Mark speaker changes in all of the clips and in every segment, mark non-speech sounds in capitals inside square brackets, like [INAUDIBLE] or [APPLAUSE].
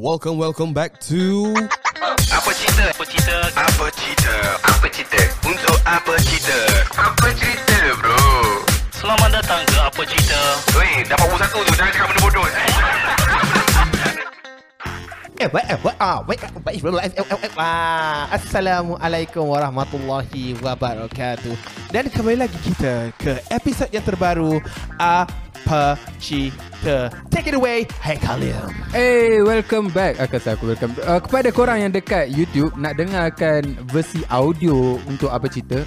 Speaker 1: Welcome, welcome back to
Speaker 2: Apa cerita? Apa cerita? Apa cerita? Apa cerita? Untuk apa cerita? Apa cerita bro?
Speaker 3: Selamat datang ke Apa Cerita
Speaker 2: Weh, dapat pukul satu tu. Jangan cakap benda bodoh. Eh?
Speaker 4: Eh, ah, Assalamualaikum warahmatullahi wabarakatuh Dan kembali lagi kita ke episod yang terbaru Apa Cita Take it away, Hai Kalim
Speaker 5: Hey, Eh, welcome back. Ah, kata aku welcome. Uh, kepada korang yang dekat YouTube nak dengarkan versi audio untuk apa cerita?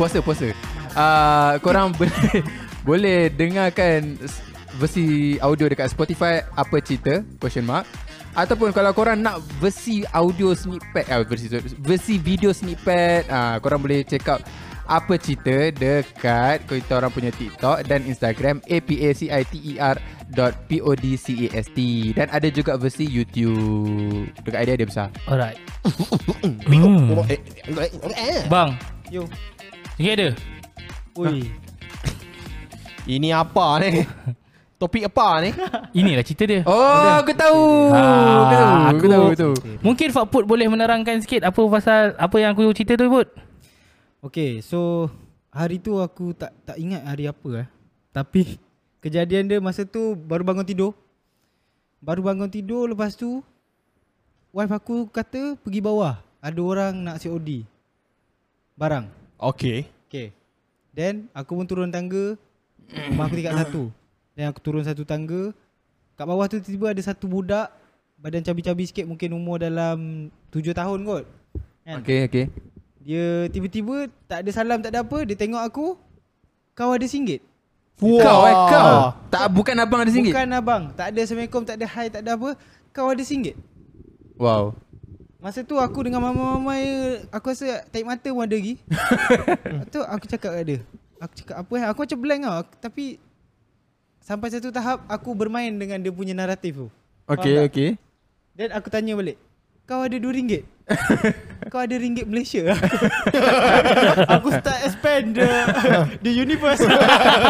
Speaker 5: puasa, puasa. Uh, korang [LAUGHS] boleh boleh dengarkan s- versi audio dekat Spotify apa cerita? Question mark. Ataupun kalau korang nak versi audio snippet ah, versi versi video snippet ah korang boleh check out apa cerita dekat kita orang punya TikTok dan Instagram apaciter E dot podcast dan ada juga versi YouTube dekat idea dia besar.
Speaker 3: Alright
Speaker 4: Oh,
Speaker 3: hmm.
Speaker 4: eh,
Speaker 3: Bang
Speaker 4: Yo.
Speaker 3: Sikit ada
Speaker 4: Ui. Ini apa ni? Topik apa ni?
Speaker 3: Inilah cerita dia
Speaker 5: Oh, aku tahu. aku tahu.
Speaker 3: Ah,
Speaker 5: Aku tahu tu.
Speaker 3: Mungkin Fakput boleh menerangkan sikit Apa pasal Apa yang aku cerita tu Put
Speaker 6: Okay so Hari tu aku tak tak ingat hari apa eh Tapi [LAUGHS] Kejadian dia masa tu baru bangun tidur Baru bangun tidur lepas tu Wife aku kata pergi bawah Ada orang nak COD Barang
Speaker 4: Okay
Speaker 6: Okay Then aku pun turun tangga Rumah aku tingkat satu Then aku turun satu tangga Kat bawah tu tiba-tiba ada satu budak Badan cabi-cabi sikit mungkin umur dalam tujuh tahun kot Kan?
Speaker 5: Okey, okey.
Speaker 6: Dia tiba-tiba tak ada salam tak ada apa Dia tengok aku Kau ada singgit?
Speaker 4: Wah.
Speaker 5: Kau eh, kau. Tak bukan abang ada singgit.
Speaker 6: Bukan abang Tak ada Assalamualaikum Tak ada hai Tak ada apa Kau ada singgit?
Speaker 5: Wow.
Speaker 6: Masa tu aku dengan mama-mama dia, Aku rasa taik mata pun ada lagi Lepas tu aku cakap kat dia Aku cakap apa eh Aku macam blank tau Aku- Tapi Sampai satu tahap Aku bermain dengan dia punya naratif tu
Speaker 5: Okey,
Speaker 6: Faham tak?
Speaker 5: okey.
Speaker 6: Then aku tanya balik Kau ada RM2 Kau ada ringgit Malaysia [LAUGHS] Aku start expand the, the universe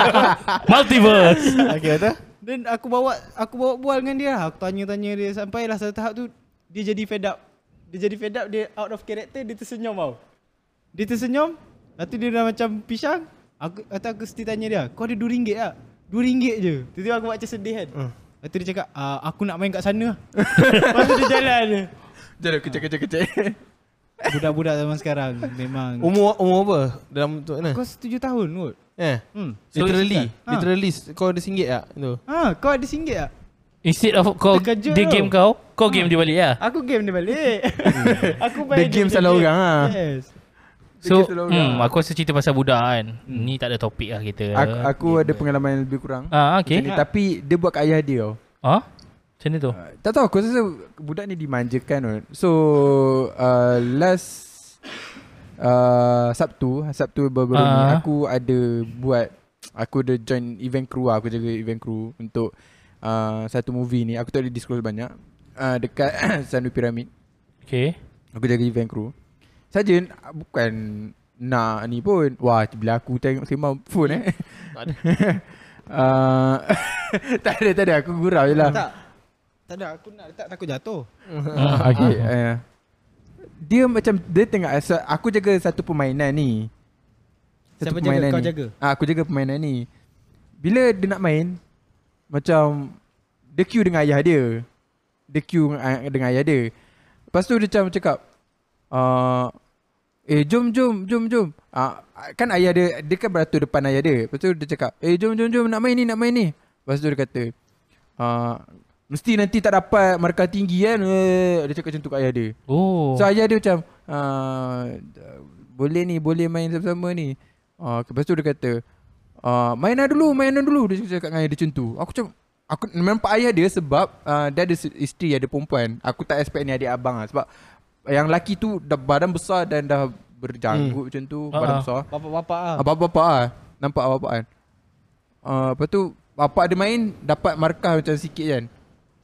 Speaker 6: [LAUGHS]
Speaker 3: Multiverse
Speaker 4: Okay kata
Speaker 6: Then aku bawa aku bawa bual dengan dia lah. Aku tanya-tanya dia sampailah satu tahap tu dia jadi fed up. Dia jadi fed up, dia out of character, dia tersenyum tau. Dia tersenyum, lepas tu dia dah macam pisang. Aku atau aku mesti tanya dia, kau ada RM2 tak? RM2 je. Tiba-tiba aku buat macam sedih kan.
Speaker 5: Hmm.
Speaker 6: Lepas tu dia cakap, "Ah, aku nak main kat
Speaker 5: [LAUGHS]
Speaker 6: sana. lepas tu dia jalan je.
Speaker 5: Jadi kecil kecil kecil.
Speaker 6: Budak-budak zaman sekarang memang.
Speaker 5: Um-
Speaker 4: Umur umur apa? Dalam tu mana?
Speaker 6: Kau tujuh tahun kot.
Speaker 4: Eh
Speaker 6: Hmm.
Speaker 4: Literally
Speaker 6: Ha.
Speaker 4: Literally Kau ada singgit tak? Tu
Speaker 6: Ha, kau ada RM1 tak?
Speaker 3: Instead of kau
Speaker 6: Terkejut
Speaker 3: Dia
Speaker 6: tau.
Speaker 3: game kau Kau game dia balik lah
Speaker 6: Aku game dia balik. [LAUGHS] aku
Speaker 5: The game salah orang ah.
Speaker 6: Yes.
Speaker 3: So
Speaker 5: Dia
Speaker 3: hmm,
Speaker 5: kata orang.
Speaker 3: Aku rasa cerita pasal budak kan Ni tak ada topik lah kita
Speaker 5: Aku, aku ada pengalaman yang lebih kurang.
Speaker 3: Ah,
Speaker 5: Macam
Speaker 3: okay
Speaker 5: ni, tapi dia buat kat ayah dia tau.
Speaker 3: Ah, Macam mana tu
Speaker 5: Uh, tak tahu aku rasa budak ni dimanjakan kan. So uh, last uh, Sabtu, Sabtu baru-baru ni
Speaker 3: Ah.
Speaker 5: aku ada buat aku ada join event crew lah. aku jaga event crew untuk uh, satu movie ni. Aku tak boleh disclose banyak. Uh, dekat [COUGHS] Sandu Piramid.
Speaker 3: Okay
Speaker 5: Aku jaga event crew. Saja n- bukan nak ni pun. Wah, bila aku tengok sembang phone eh. [LAUGHS] uh, [LAUGHS] tak ada, tak ada. Aku gurau je lah.
Speaker 6: Tak. Tak ada, aku nak letak takut jatuh.
Speaker 5: Ah, okay. Uh, dia macam dia tengah asa, aku jaga satu permainan ni.
Speaker 6: Siapa jaga? Kau
Speaker 5: ni.
Speaker 6: jaga?
Speaker 5: Ah, aku jaga permainan ni. Bila dia nak main macam dia queue dengan ayah dia. Dia queue dengan ay- dengan ayah dia. Lepas tu dia macam cakap uh, Eh jom jom jom jom ah, Kan ayah dia Dia kan beratur depan ayah dia Lepas tu dia cakap Eh jom jom jom nak main ni nak main ni Lepas tu dia kata ah, Mesti nanti tak dapat markah tinggi kan eh, Dia cakap macam tu kat ayah dia
Speaker 3: Oh
Speaker 5: So ayah dia macam ah, Boleh ni boleh main sama-sama ni ah, Lepas tu dia kata ah, Main lah dulu main lah dulu Dia cakap dengan ayah dia macam tu Aku macam Aku nampak ayah dia sebab ah, Dia ada se- isteri ada perempuan Aku tak expect ni adik abang lah Sebab yang lelaki tu dah badan besar dan dah berjanggut hmm. macam tu Badan
Speaker 3: Ah.
Speaker 5: besar
Speaker 6: Bapak-bapak ah.
Speaker 5: Abang-bapak lah Nampak abang-bapak kan uh, Lepas tu Bapak dia main Dapat markah macam sikit kan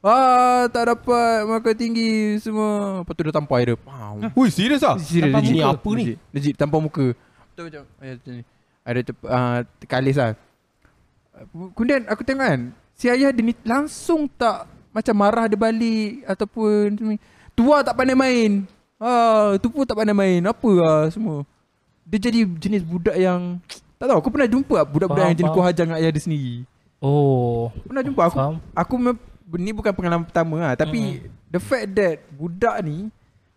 Speaker 5: Ah, tak dapat markah tinggi semua. Lepas tu dia tampar air dia. Pam.
Speaker 4: Ui serius ah?
Speaker 5: Serius,
Speaker 4: Tanpa
Speaker 5: legit.
Speaker 4: muka. Ini apa ni?
Speaker 5: Legit, Legit tanpa muka. Betul macam ah, ayah macam ni. Ada cep, uh, kalis lah. Kemudian aku tengok kan Si ayah dia ni langsung tak macam marah dia balik ataupun macam ni. tua tak pandai main. Ah, tu pun tak pandai main. Apa lah semua. Dia jadi jenis budak yang tak tahu aku pernah jumpa tak budak-budak
Speaker 3: Faham,
Speaker 5: yang jenis
Speaker 3: faham.
Speaker 5: kuah hajang ayah dia sendiri.
Speaker 3: Oh.
Speaker 5: Pernah jumpa aku.
Speaker 3: Faham. Hmm.
Speaker 5: Aku mem- ni bukan pengalaman pertama lah tapi the fact that budak ni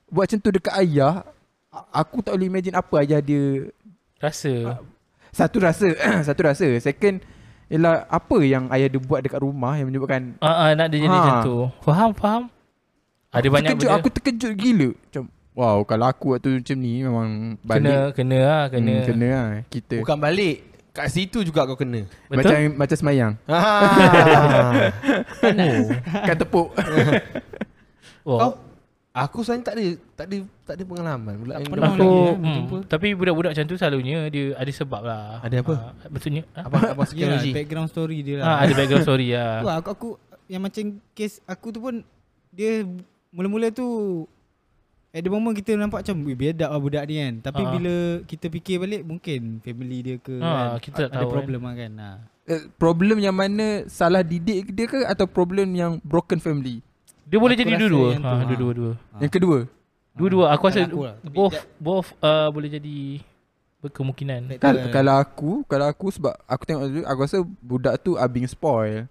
Speaker 5: buat macam tu dekat ayah a- aku tak boleh imagine apa ayah dia
Speaker 3: Rasa.
Speaker 5: satu rasa [CLEARS THROAT] satu rasa second ialah apa yang ayah dia buat dekat rumah yang menyebabkan
Speaker 3: Ah, ah, nak dia jadi
Speaker 5: Ha.
Speaker 3: macam tu. Faham, faham. Ada banyak
Speaker 5: terkejut,
Speaker 3: benda.
Speaker 5: aku terkejut gila macam wow kalau aku waktu macam ni memang
Speaker 3: kena
Speaker 5: balik
Speaker 3: kena ah, kena.
Speaker 5: Hmm, kena lah kita
Speaker 4: Bukan balik. Kat situ juga kau kena.
Speaker 3: Betul?
Speaker 5: macam macam
Speaker 3: [LAUGHS]
Speaker 5: semayang
Speaker 4: Ah.
Speaker 5: kat Kan tepuk
Speaker 3: Oh.
Speaker 4: kau [LAUGHS] aku sebenarnya tak ada tak ada tak ada pengalaman pula yang
Speaker 6: pernah
Speaker 3: Aku,
Speaker 4: double
Speaker 6: lagi,
Speaker 4: ni.
Speaker 6: eh,
Speaker 3: hmm,
Speaker 6: jumpa.
Speaker 3: tapi budak-budak macam tu selalunya dia ada sebab lah.
Speaker 4: Ada apa?
Speaker 3: Ah, maksudnya? Ha?
Speaker 4: abang abang
Speaker 6: Yelah,
Speaker 4: security.
Speaker 6: background story dia
Speaker 3: Ah,
Speaker 6: lah.
Speaker 3: ada background story lah.
Speaker 6: Tu lah, aku, aku yang macam kes aku tu pun dia mula-mula tu at the moment kita nampak macam "Weh, biadab lah budak ni kan. Tapi
Speaker 3: Ah.
Speaker 6: bila kita fikir balik mungkin family dia ke
Speaker 3: Ah,
Speaker 6: kan.
Speaker 3: kita tak
Speaker 6: ada
Speaker 3: tahu kan.
Speaker 6: problem lah kan. Ah.
Speaker 5: Eh, problem yang mana salah didik dia ke atau problem yang broken family
Speaker 3: Dia boleh
Speaker 6: Aku
Speaker 3: jadi
Speaker 6: rasa
Speaker 3: dua-dua.
Speaker 6: yang tu,
Speaker 3: Ha,
Speaker 6: ha.
Speaker 3: dua-dua dua.
Speaker 5: yang kedua
Speaker 3: Dua-dua aku rasa
Speaker 6: Tak nak aku lah, tapi
Speaker 3: both
Speaker 6: that-
Speaker 3: both uh, boleh jadi berkemungkinan.
Speaker 4: Kan?
Speaker 6: Back-
Speaker 5: Kal-
Speaker 6: Betul.
Speaker 5: kalau aku kalau aku sebab aku tengok dulu aku rasa budak tu abing spoil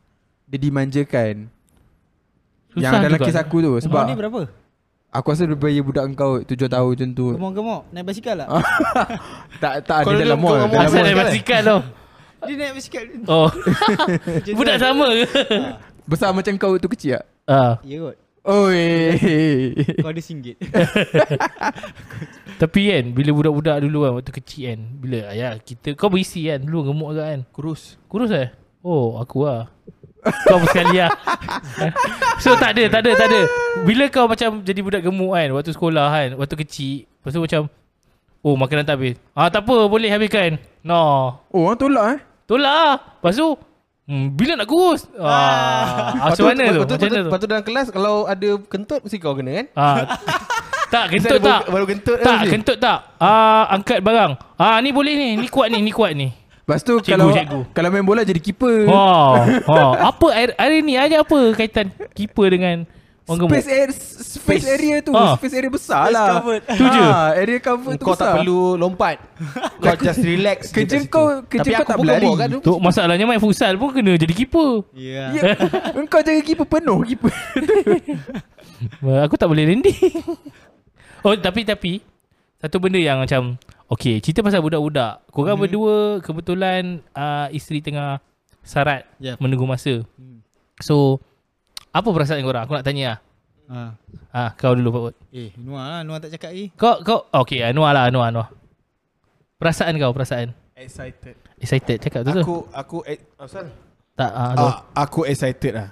Speaker 5: dia dimanjakan Susah yang
Speaker 3: Susah
Speaker 5: dalam
Speaker 3: juga.
Speaker 5: kes aku tu
Speaker 6: Umur ni
Speaker 5: sebab
Speaker 6: berapa?
Speaker 5: aku rasa lebih baik budak kau 7 tahun macam tu
Speaker 6: Gemuk-gemuk naik basikal lah.
Speaker 5: tak tak
Speaker 4: Kalau
Speaker 5: ada dalam
Speaker 4: dia-
Speaker 5: mall
Speaker 4: kalau
Speaker 5: dalam
Speaker 3: Asal
Speaker 4: mall
Speaker 5: mall
Speaker 3: naik
Speaker 4: kan?
Speaker 3: basikal tau.
Speaker 6: Dia naik basikal.
Speaker 3: lah. [LAUGHS] Oh.
Speaker 6: macam tu
Speaker 3: Budak
Speaker 6: kan.
Speaker 3: sama ke?
Speaker 5: besar macam kau tu kecil tak
Speaker 3: Ah.
Speaker 6: Ya kot.
Speaker 5: oi
Speaker 6: Kau ada singgit.
Speaker 3: Tapi kan bila budak-budak dulu kan waktu kecil kan bila ayah kita kau berisi kan dulu gemuk agak kan.
Speaker 4: Kurus.
Speaker 3: Kurus eh? Oh, aku lah. Kau sekali lah. [LAUGHS] so tak ada, tak ada, tak ada. Bila kau macam jadi budak gemuk kan waktu sekolah kan, waktu kecil, lepas tu macam oh makanan tak habis. Ah tak apa, boleh habiskan. No.
Speaker 5: oh orang tolak eh
Speaker 3: Tolak lah. Lepas tu hmm, bila nak kurus? Ah, ah macam mana tu? Macam mana tu?
Speaker 4: Patut dalam kelas kalau ada kentut mesti kau kena kan?
Speaker 3: Ah. tak, kentut
Speaker 4: Ustaz baru-
Speaker 3: tak?
Speaker 4: Baru kentut
Speaker 3: Tak,
Speaker 4: mesti.
Speaker 3: kentut tak? Ah, angkat barang. Ah, ni boleh ni. Ni kuat ni, ni kuat
Speaker 5: [LAUGHS]
Speaker 3: ni.
Speaker 5: lepas tu
Speaker 3: Cikgu,
Speaker 5: kalau
Speaker 3: cikgu.
Speaker 5: kalau main bola jadi keeper
Speaker 3: Oh, oh. Apa hari, hari ni ada apa kaitan keeper dengan orang gemuk?
Speaker 5: Space, air, space area tu
Speaker 3: Ah.
Speaker 5: Space area besar lah
Speaker 6: covered.
Speaker 5: Tu je Area cover tu
Speaker 4: Kau
Speaker 5: besar
Speaker 4: tak perlu lompat. [LAUGHS] kau just relax. je
Speaker 5: Kerja
Speaker 4: kat situ.
Speaker 5: kau- kerja
Speaker 4: Tapi
Speaker 5: kau
Speaker 4: aku
Speaker 5: tak
Speaker 4: pun
Speaker 5: berlari.
Speaker 4: gemuk kan tu.
Speaker 3: Tu masalahnya main futsal pun kena jadi keeper.
Speaker 6: Ya. [LAUGHS]
Speaker 5: Ya, engkau jaga keeper penuh keeper.
Speaker 3: Wah, Aku tak boleh landing. [LAUGHS] oh, tapi tapi satu benda yang macam okay, cerita pasal budak-budak.
Speaker 5: Mhm.
Speaker 3: Korang hmm. berdua kebetulan uh, isteri tengah sarat
Speaker 6: Yep.
Speaker 3: menunggu masa.
Speaker 5: Hmm.
Speaker 3: So apa perasaan korang? Aku nak tanya lah.
Speaker 6: Ah.
Speaker 3: Ah, kau dulu Pak Bot.
Speaker 6: Eh, Nuar lah. Nuar tak cakap lagi.
Speaker 3: Kau kau okay, Anwar lah Anwar Anwar. Perasaan kau perasaan?
Speaker 4: Excited.
Speaker 3: Excited cakap tu tu.
Speaker 4: Aku aku eh, oh, sorry.
Speaker 3: Tak ah, tu.
Speaker 4: Ah, aku excited lah.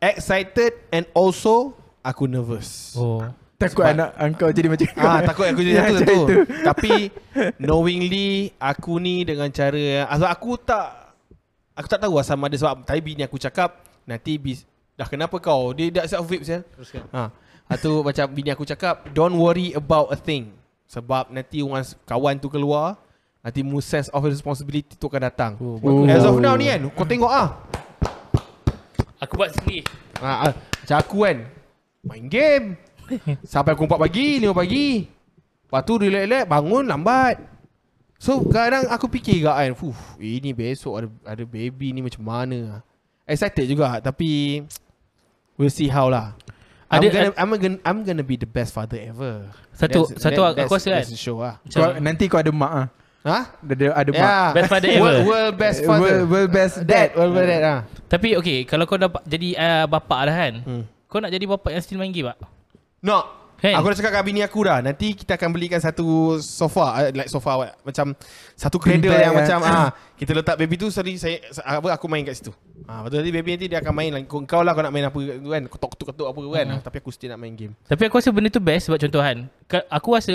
Speaker 4: Excited and also aku nervous.
Speaker 3: Oh.
Speaker 5: Takut anak engkau jadi macam
Speaker 4: Ah takut aku jadi
Speaker 5: Ya,
Speaker 4: satu
Speaker 5: macam
Speaker 4: tu.
Speaker 5: itu.
Speaker 4: Tapi knowingly aku ni dengan cara yang asal aku tak aku tak tahu lah sama ada sebab tapi bini aku cakap nanti bis dah kenapa kau dia dah siap vape saya.
Speaker 6: Teruskan.
Speaker 4: Ha. Atau macam bini aku cakap don't worry about a thing sebab nanti once kawan tu keluar nanti mu sense of responsibility tu akan datang.
Speaker 3: Oh,
Speaker 5: Oh.
Speaker 4: As of now ni kan kau tengok ah.
Speaker 3: Aku buat sendiri.
Speaker 4: Ha, ah, macam aku kan Main
Speaker 3: [LAUGHS]
Speaker 4: game Sampai pukul 4 pagi 5 pagi Lepas tu relax-relax Bangun lambat So kadang aku fikir juga kan Fuh ini besok ada, ada baby ni macam mana Excited juga Tapi We'll see how lah I'm
Speaker 3: Ada-
Speaker 4: gonna, I'm gonna, I'm gonna be the best father ever.
Speaker 3: Satu- satu aku
Speaker 4: that's,
Speaker 3: rasa kan.
Speaker 4: That's the show lah.
Speaker 5: kau, nanti kau ada mak ah.
Speaker 4: Ha?
Speaker 5: Ada ada mak.
Speaker 4: Yeah.
Speaker 3: Best father ever.
Speaker 4: [LAUGHS] World, world best
Speaker 5: Eh,
Speaker 4: father.
Speaker 5: World, world best
Speaker 4: Dad,
Speaker 5: dad.
Speaker 4: world best dad. Ha.
Speaker 3: Tapi okay, kalau kau dapat jadi uh, bapa dah kan.
Speaker 4: Hmm.
Speaker 3: Hmm. Kau nak jadi bapa yang still main game tak?
Speaker 4: No.
Speaker 3: Kan?
Speaker 4: Aku dah cakap kat bini aku dah. Nanti kita akan belikan satu sofa, uh, like sofa awak macam satu
Speaker 5: Beanbag
Speaker 4: cradle yang [LAUGHS]
Speaker 5: kan?
Speaker 4: macam ah, kita letak baby tu sorry saya sa- apa aku main kat situ. Ah, betul nanti baby nanti dia akan main lagi. Kau kau lah kau nak main apa tu kan, ketuk-ketuk apa tu kan.
Speaker 3: Hmm.
Speaker 4: Ah, Tapi aku still nak main game.
Speaker 3: Tapi aku rasa benda tu best sebab contohan. Ka- Aku rasa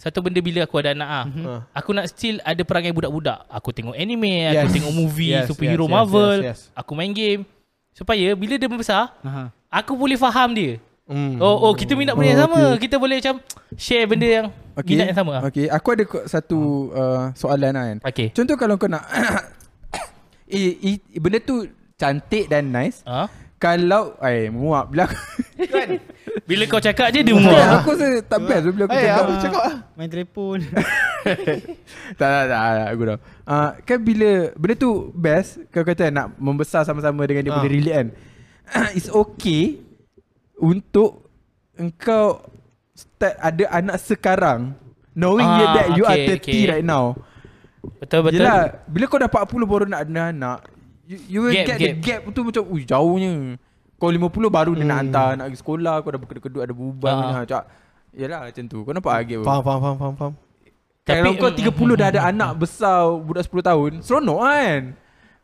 Speaker 3: satu benda bila aku ada anak ah.
Speaker 4: Ah.
Speaker 3: Aku nak still ada perangai budak-budak. Aku tengok anime,
Speaker 4: Yes.
Speaker 3: aku tengok movie,
Speaker 4: Yes,
Speaker 3: superhero
Speaker 4: yes, yes,
Speaker 3: Marvel,
Speaker 4: yes, yes.
Speaker 3: aku main game. Supaya bila dia besar,
Speaker 6: Aha.
Speaker 3: aku boleh faham dia.
Speaker 4: Hmm.
Speaker 3: Oh, oh kita minat benda
Speaker 5: Oh,
Speaker 3: yang sama.
Speaker 5: okay.
Speaker 3: Kita boleh macam share benda yang
Speaker 5: Okay.
Speaker 3: minat yang sama. ah. Hmm.
Speaker 5: Okay, aku ada ko- satu uh, soalan lah kan.
Speaker 3: Okey.
Speaker 5: [COUGHS] Contoh kalau kau nak eh, eh, benda tu cantik dan nice.
Speaker 3: Ha?
Speaker 5: Kalau eh muak
Speaker 3: [LAUGHS]
Speaker 5: bila aku
Speaker 3: Bila kau cakap je
Speaker 5: [LAUGHS]
Speaker 3: dia
Speaker 5: Kan,
Speaker 3: muak.
Speaker 5: aku rasa tak best bila aku
Speaker 4: Eh,
Speaker 5: cakap.
Speaker 4: apa cakap lah?
Speaker 6: Main telefon.
Speaker 5: tak, tak, tak, tak, aku dah. Uh, kan bila benda tu best, kau kata kan, nak membesar sama-sama dengan dia
Speaker 4: Ah.
Speaker 5: boleh relate kan. [COUGHS] It's okay untuk engkau start ada anak sekarang knowing
Speaker 3: Ah,
Speaker 5: that you
Speaker 3: okay,
Speaker 5: are 30
Speaker 3: okay.
Speaker 5: right now.
Speaker 3: Betul betul.
Speaker 5: Yelah, bila kau dah 40 baru nak ada anak, you, you will
Speaker 3: Gap, Hmm.
Speaker 5: get the gap tu macam, ui jauhnya. Kau 50 baru dia nak hantar, nak pergi sekolah, kau dah berkedut-kedut ada beban.
Speaker 3: Ah.
Speaker 5: Ha. Cak, yelah macam tu, kau nampak agak
Speaker 4: Faham, faham, faham, faham, faham.
Speaker 5: Tapi, Kalau
Speaker 3: Tapi-
Speaker 5: kau 30 dah ada anak besar budak 10 tahun, seronok kan?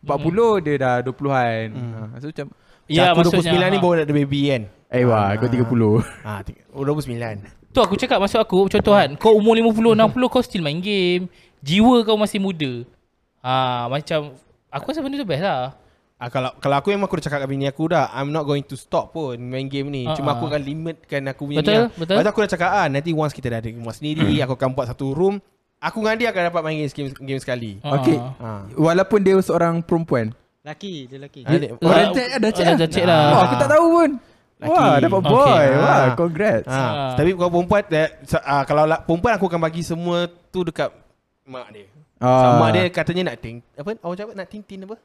Speaker 5: 40 dia dah 20-an. Ha, so macam
Speaker 3: Ya,
Speaker 4: aku
Speaker 3: maksudnya,
Speaker 4: 29 ni
Speaker 3: ha.
Speaker 4: baru nak ada baby kan.
Speaker 5: Eh wah, kau 30. [LAUGHS]
Speaker 4: Ha, tiga- oh, 29.
Speaker 3: Tu aku cakap maksud aku contoh kan kau umur 50 60 kau still main game. Jiwa kau masih muda. Ha macam aku rasa benda tu best lah.
Speaker 4: Ah, kalau kalau aku memang aku dah cakap kat bini aku dah I'm not going to stop pun main game ni.
Speaker 3: Ah,
Speaker 4: Cuma
Speaker 3: ah.
Speaker 4: aku akan limitkan aku punya
Speaker 3: Betul,
Speaker 4: ni. lah.
Speaker 3: betul. Hmm.
Speaker 4: Lepas tu aku dah cakap ah nanti once kita dah ada rumah sendiri, aku akan buat satu room, aku dengan dia akan dapat main game game sekali.
Speaker 3: Ha.
Speaker 5: Okey.
Speaker 4: Ah.
Speaker 5: Walaupun dia seorang perempuan.
Speaker 6: Laki, dia laki.
Speaker 4: Ah, dia-
Speaker 5: Oh,
Speaker 3: Ah,
Speaker 5: dah check dah check.
Speaker 3: dah check lah.
Speaker 5: Wah, aku tak tahu pun.
Speaker 4: Laki.
Speaker 5: Wah, dapat
Speaker 3: Okey.
Speaker 5: boy. Wah,
Speaker 4: Ah.
Speaker 5: congrats.
Speaker 4: Ha.
Speaker 3: Ah.
Speaker 4: Tapi kalau perempuan eh, sa- ah, kalau lah, perempuan aku akan bagi semua tu dekat mak dia.
Speaker 5: Ah.
Speaker 4: Sama dia katanya nak ting apa awak cakap nak tintin apa?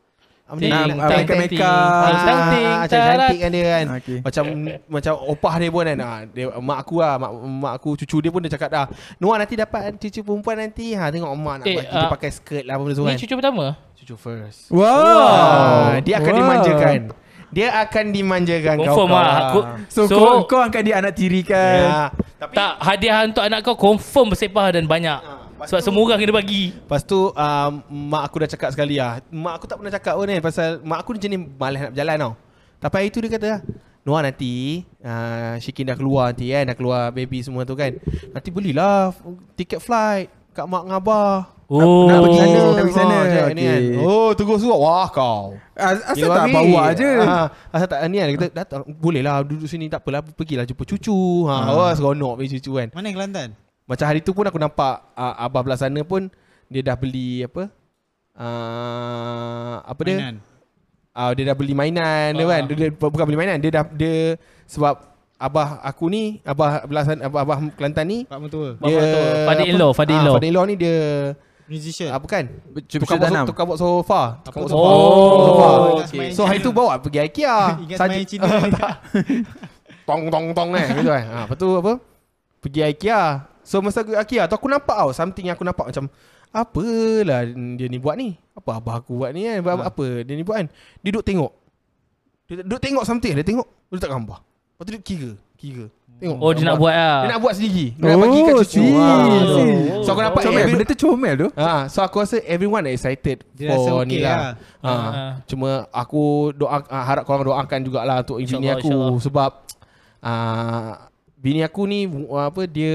Speaker 4: Apa
Speaker 3: Ting,
Speaker 4: dia nak-
Speaker 5: Nak ah,
Speaker 3: tang,
Speaker 5: make-up,
Speaker 3: tang,
Speaker 5: make-up.
Speaker 3: tang,
Speaker 4: Ah,
Speaker 3: tang, ting,
Speaker 4: ah, macam
Speaker 3: tarat.
Speaker 4: cantik kan dia kan.
Speaker 5: Okey.
Speaker 4: Macam
Speaker 3: Eh,
Speaker 4: macam opah dia pun kan. Ah, dia, mak aku lah, mak, mak aku cucu dia pun dia cakap dah. Noah nanti dapat cucu perempuan nanti. Ha tengok mak nak
Speaker 3: Eh,
Speaker 4: buat kita
Speaker 3: ah,
Speaker 4: pakai skirt lah apa benda tu
Speaker 3: Ni
Speaker 4: kan.
Speaker 3: cucu pertama.
Speaker 4: Cucu first.
Speaker 5: Wow.
Speaker 4: Ah, dia akan
Speaker 5: Wow.
Speaker 4: dimanjakan. Dia akan dimanjakan
Speaker 3: Confirm
Speaker 4: kau.
Speaker 3: lah aku.
Speaker 5: Kan So,
Speaker 3: So,
Speaker 5: kau, kau angkat dia anak tiri kan?
Speaker 4: Ya, tapi
Speaker 3: tak hadiah untuk anak kau confirm bersepah dan banyak.
Speaker 5: Ah,
Speaker 4: lepas
Speaker 3: Sebab
Speaker 4: tu-
Speaker 3: semua orang kena bagi.
Speaker 4: Lepas tu um, Mak aku dah cakap sekali lah Mak aku tak pernah cakap pun ni Pasal mak aku ni jenis malas nak berjalan tau Tapi hari tu dia kata Noah nanti uh, Syikin dah keluar nanti kan Dah keluar baby semua tu kan Nanti belilah f- Tiket flight Kat mak dengan abah
Speaker 3: Oh.
Speaker 5: nak pergi sana.
Speaker 4: Nak pergi sana
Speaker 5: Oh,
Speaker 4: macam ni kan.
Speaker 5: okey.
Speaker 4: Oh terus surat Wah kau
Speaker 5: As- Asal
Speaker 4: Gila
Speaker 5: tak
Speaker 4: babi.
Speaker 5: bawa je?
Speaker 4: Ah, asal tak ni kan dia kata datang boleh lah duduk sini tak apalah pergilah jumpa cucu. Ha,
Speaker 5: Ah.
Speaker 4: ha. oh seronok pergi cucu kan.
Speaker 6: Mana Kelantan?
Speaker 4: Macam hari tu pun aku nampak uh, abah belah sana pun dia dah beli apa? Uh, apa dia?
Speaker 6: Mainan.
Speaker 4: Uh, dia dah beli mainan dia
Speaker 3: Ah.
Speaker 4: kan. Dia, dia, bukan beli mainan, dia dah dia sebab abah aku ni, abah belah sana, abah, abah Kelantan ni
Speaker 6: Pak Mentua.
Speaker 3: Abah tu, father-in-law,
Speaker 4: apa?
Speaker 3: father-in-law.
Speaker 4: Ah, father-in-law ni dia
Speaker 6: Musician.
Speaker 4: apa kan?
Speaker 5: Cucu
Speaker 4: Tukar buat, so,
Speaker 5: tanam.
Speaker 4: tukar buat sofa. Tukar buat
Speaker 3: tu?
Speaker 4: sofa.
Speaker 3: Oh,
Speaker 4: Sofa.
Speaker 6: okay.
Speaker 4: So hari tu bawa pergi IKEA.
Speaker 6: [LAUGHS] Ingat
Speaker 4: Saja-
Speaker 6: main Cina
Speaker 4: [LAUGHS]
Speaker 6: ni.
Speaker 4: tong tong tong eh gitu kan. Ha, lepas tu apa? Pergi IKEA. So masa aku IKEA tu aku nampak tau something yang aku nampak macam apalah dia ni buat ni? Apa abah aku buat ni kan? Apa,
Speaker 3: Ah.
Speaker 4: apa dia ni buat kan? Dia duduk tengok. Dia duduk tengok something, dia tengok, dia tak gambar. Lepas tu dia kira, kira. Tengok.
Speaker 3: Oh, dia
Speaker 4: gambar.
Speaker 3: nak buat lah.
Speaker 4: Dia nak buat sendiri. Dia nak bagi kat
Speaker 5: Oh,
Speaker 4: cucu. Ah,
Speaker 5: see,
Speaker 4: so,
Speaker 5: see.
Speaker 4: so
Speaker 3: Oh.
Speaker 4: aku nampak
Speaker 5: Comel,
Speaker 4: every-
Speaker 5: benda tu comel tu.
Speaker 4: Ha, so aku rasa everyone excited
Speaker 6: Dia
Speaker 4: for
Speaker 6: rasa
Speaker 4: ni
Speaker 6: okay
Speaker 4: lah. Ha.
Speaker 3: lah.
Speaker 4: Cuma aku doa ah, harap korang doakan jugalah untuk bini
Speaker 3: InsyaAllah,
Speaker 4: aku
Speaker 3: insyaAllah.
Speaker 4: sebab ah, bini aku ni bu- apa dia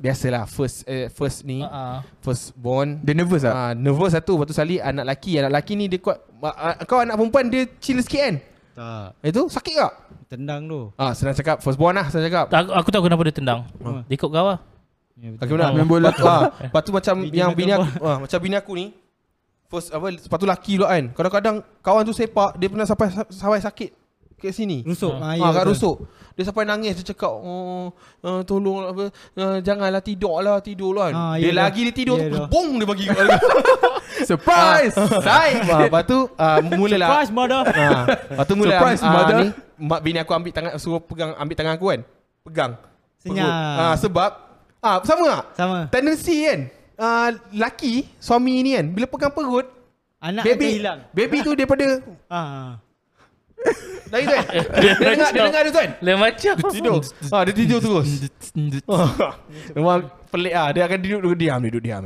Speaker 4: biasalah first eh, first ni
Speaker 3: Ah, ah.
Speaker 4: first born
Speaker 5: Dia nervous tak?
Speaker 4: Ah, nervous satu Lepas tu Sali anak laki Anak laki ni dia kuat ah, ah, Kau anak perempuan dia chill sikit kan
Speaker 6: Tak.
Speaker 4: Itu sakit tak?
Speaker 6: Tendang tu.
Speaker 4: Ah, senang cakap First born lah senang cakap
Speaker 3: Tak, aku, aku tahu kenapa dia tendang. Dia ikut kau lah.
Speaker 6: Ya, betul.
Speaker 4: Kaki mana?
Speaker 5: Main bola.
Speaker 4: Lepas tu, ah, lepas tu macam
Speaker 6: Bini
Speaker 4: yang
Speaker 6: nak
Speaker 4: bini aku,
Speaker 6: gambar.
Speaker 4: ah, macam bini aku ni first apa lepas tu laki pula kan. Kadang-kadang kawan tu sepak, dia pernah sampai sampai sakit ke sini.
Speaker 6: Rusuk.
Speaker 4: Ah,
Speaker 6: ya,
Speaker 4: kat
Speaker 6: betul.
Speaker 4: rusuk. Dia sampai nangis dia cakap, "Oh, uh, tolong apa uh, janganlah tidur lah, tidur lah." Kan.
Speaker 6: Ah,
Speaker 4: dia
Speaker 6: ya dah.
Speaker 4: lagi dia tidur
Speaker 6: Ya
Speaker 4: tu
Speaker 6: dah.
Speaker 4: bong dia bagi kat [LAUGHS] Surprise. Sai. Ah, lepas tu ah, [LAUGHS] mulalah.
Speaker 6: Surprise, mother.
Speaker 4: Ah, lepas tu mula
Speaker 5: Surprise, mother.
Speaker 4: ni mak bini aku ambil tangan suruh pegang ambil tangan aku kan. Pegang.
Speaker 6: Senyap.
Speaker 4: Ah, sebab ah sama tak?
Speaker 6: Sama.
Speaker 4: Tendency kan uh, Laki Suami ni kan Bila pegang perut
Speaker 6: Anak akan
Speaker 4: Baby
Speaker 6: hilang.
Speaker 4: Baby tu daripada
Speaker 6: Ah.
Speaker 4: Lagi tu kan Dia dengar Dia dengar tu kan
Speaker 3: Lain macam.
Speaker 4: Tidur [LAUGHS] ha, Dia tidur terus Memang pelik ah Dia akan duduk duduk diam Dia duduk diam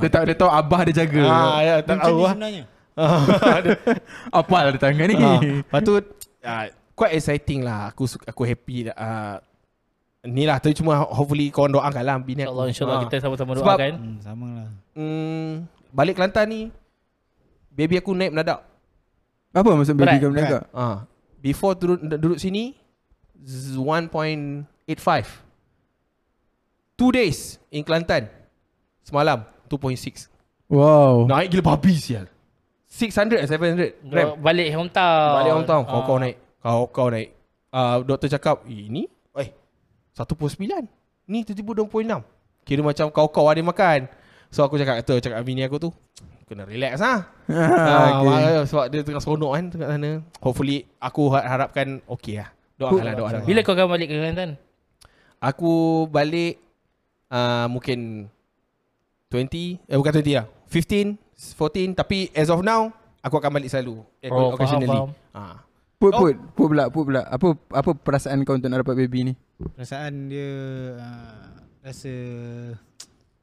Speaker 5: Dia tahu, dia tahu abah dia jaga.
Speaker 4: Ah, ya, tak
Speaker 6: Macam
Speaker 4: tahu
Speaker 6: ni
Speaker 4: lah
Speaker 6: sebenarnya.
Speaker 4: [LAUGHS] Ah, dia-
Speaker 5: Apa lah dia tangan ni?
Speaker 4: ah, Lepas tu ah, Quite exciting lah Aku suka- aku happy lah. Ah, Ni lah Tapi cuma hopefully Korang doakan lah Bini aku
Speaker 3: InsyaAllah, insyaAllah
Speaker 4: Ah.
Speaker 3: kita sama-sama
Speaker 4: Sebab-
Speaker 3: doakan.
Speaker 6: Hmm, sama lah.
Speaker 4: Hmm, Balik Kelantan ni Baby aku naik mendadak
Speaker 5: Apa maksud baby
Speaker 3: Berat,
Speaker 5: kau menangkap?
Speaker 4: Ah, before duduk, duduk sini z- 1.85. Two days in Kelantan. Semalam 2.6.
Speaker 5: Wow.
Speaker 4: Naik gila babi sial. 600 700 Gram
Speaker 3: Gram. Balik hometown. Ah.
Speaker 4: Balik hometown Kau kau naik Kau kau naik Ah, Doktor cakap "Eh, Ini Eh 1.9 Ni tiba-tiba 2.6 Kira macam kau kau ada makan So aku cakap tu Cakap dengan bini aku tu Kena relax lah ah, okay. Sebab dia tengah seronok kan Tengah sana Hopefully Aku har- harapkan Okay lah Doakan lah doakan
Speaker 3: Bila kau akan balik ke Kelantan?
Speaker 4: Aku balik uh, Mungkin 20 Eh bukan 20 lah 15 14 Tapi as of now Aku akan balik selalu eh,
Speaker 3: Oh, faham,
Speaker 4: Occasionally
Speaker 3: faham.
Speaker 4: Ah.
Speaker 5: Put put
Speaker 6: Oh.
Speaker 5: Put pula Put pula Apa apa perasaan kau untuk nak dapat baby ni
Speaker 6: Perasaan dia uh, rasa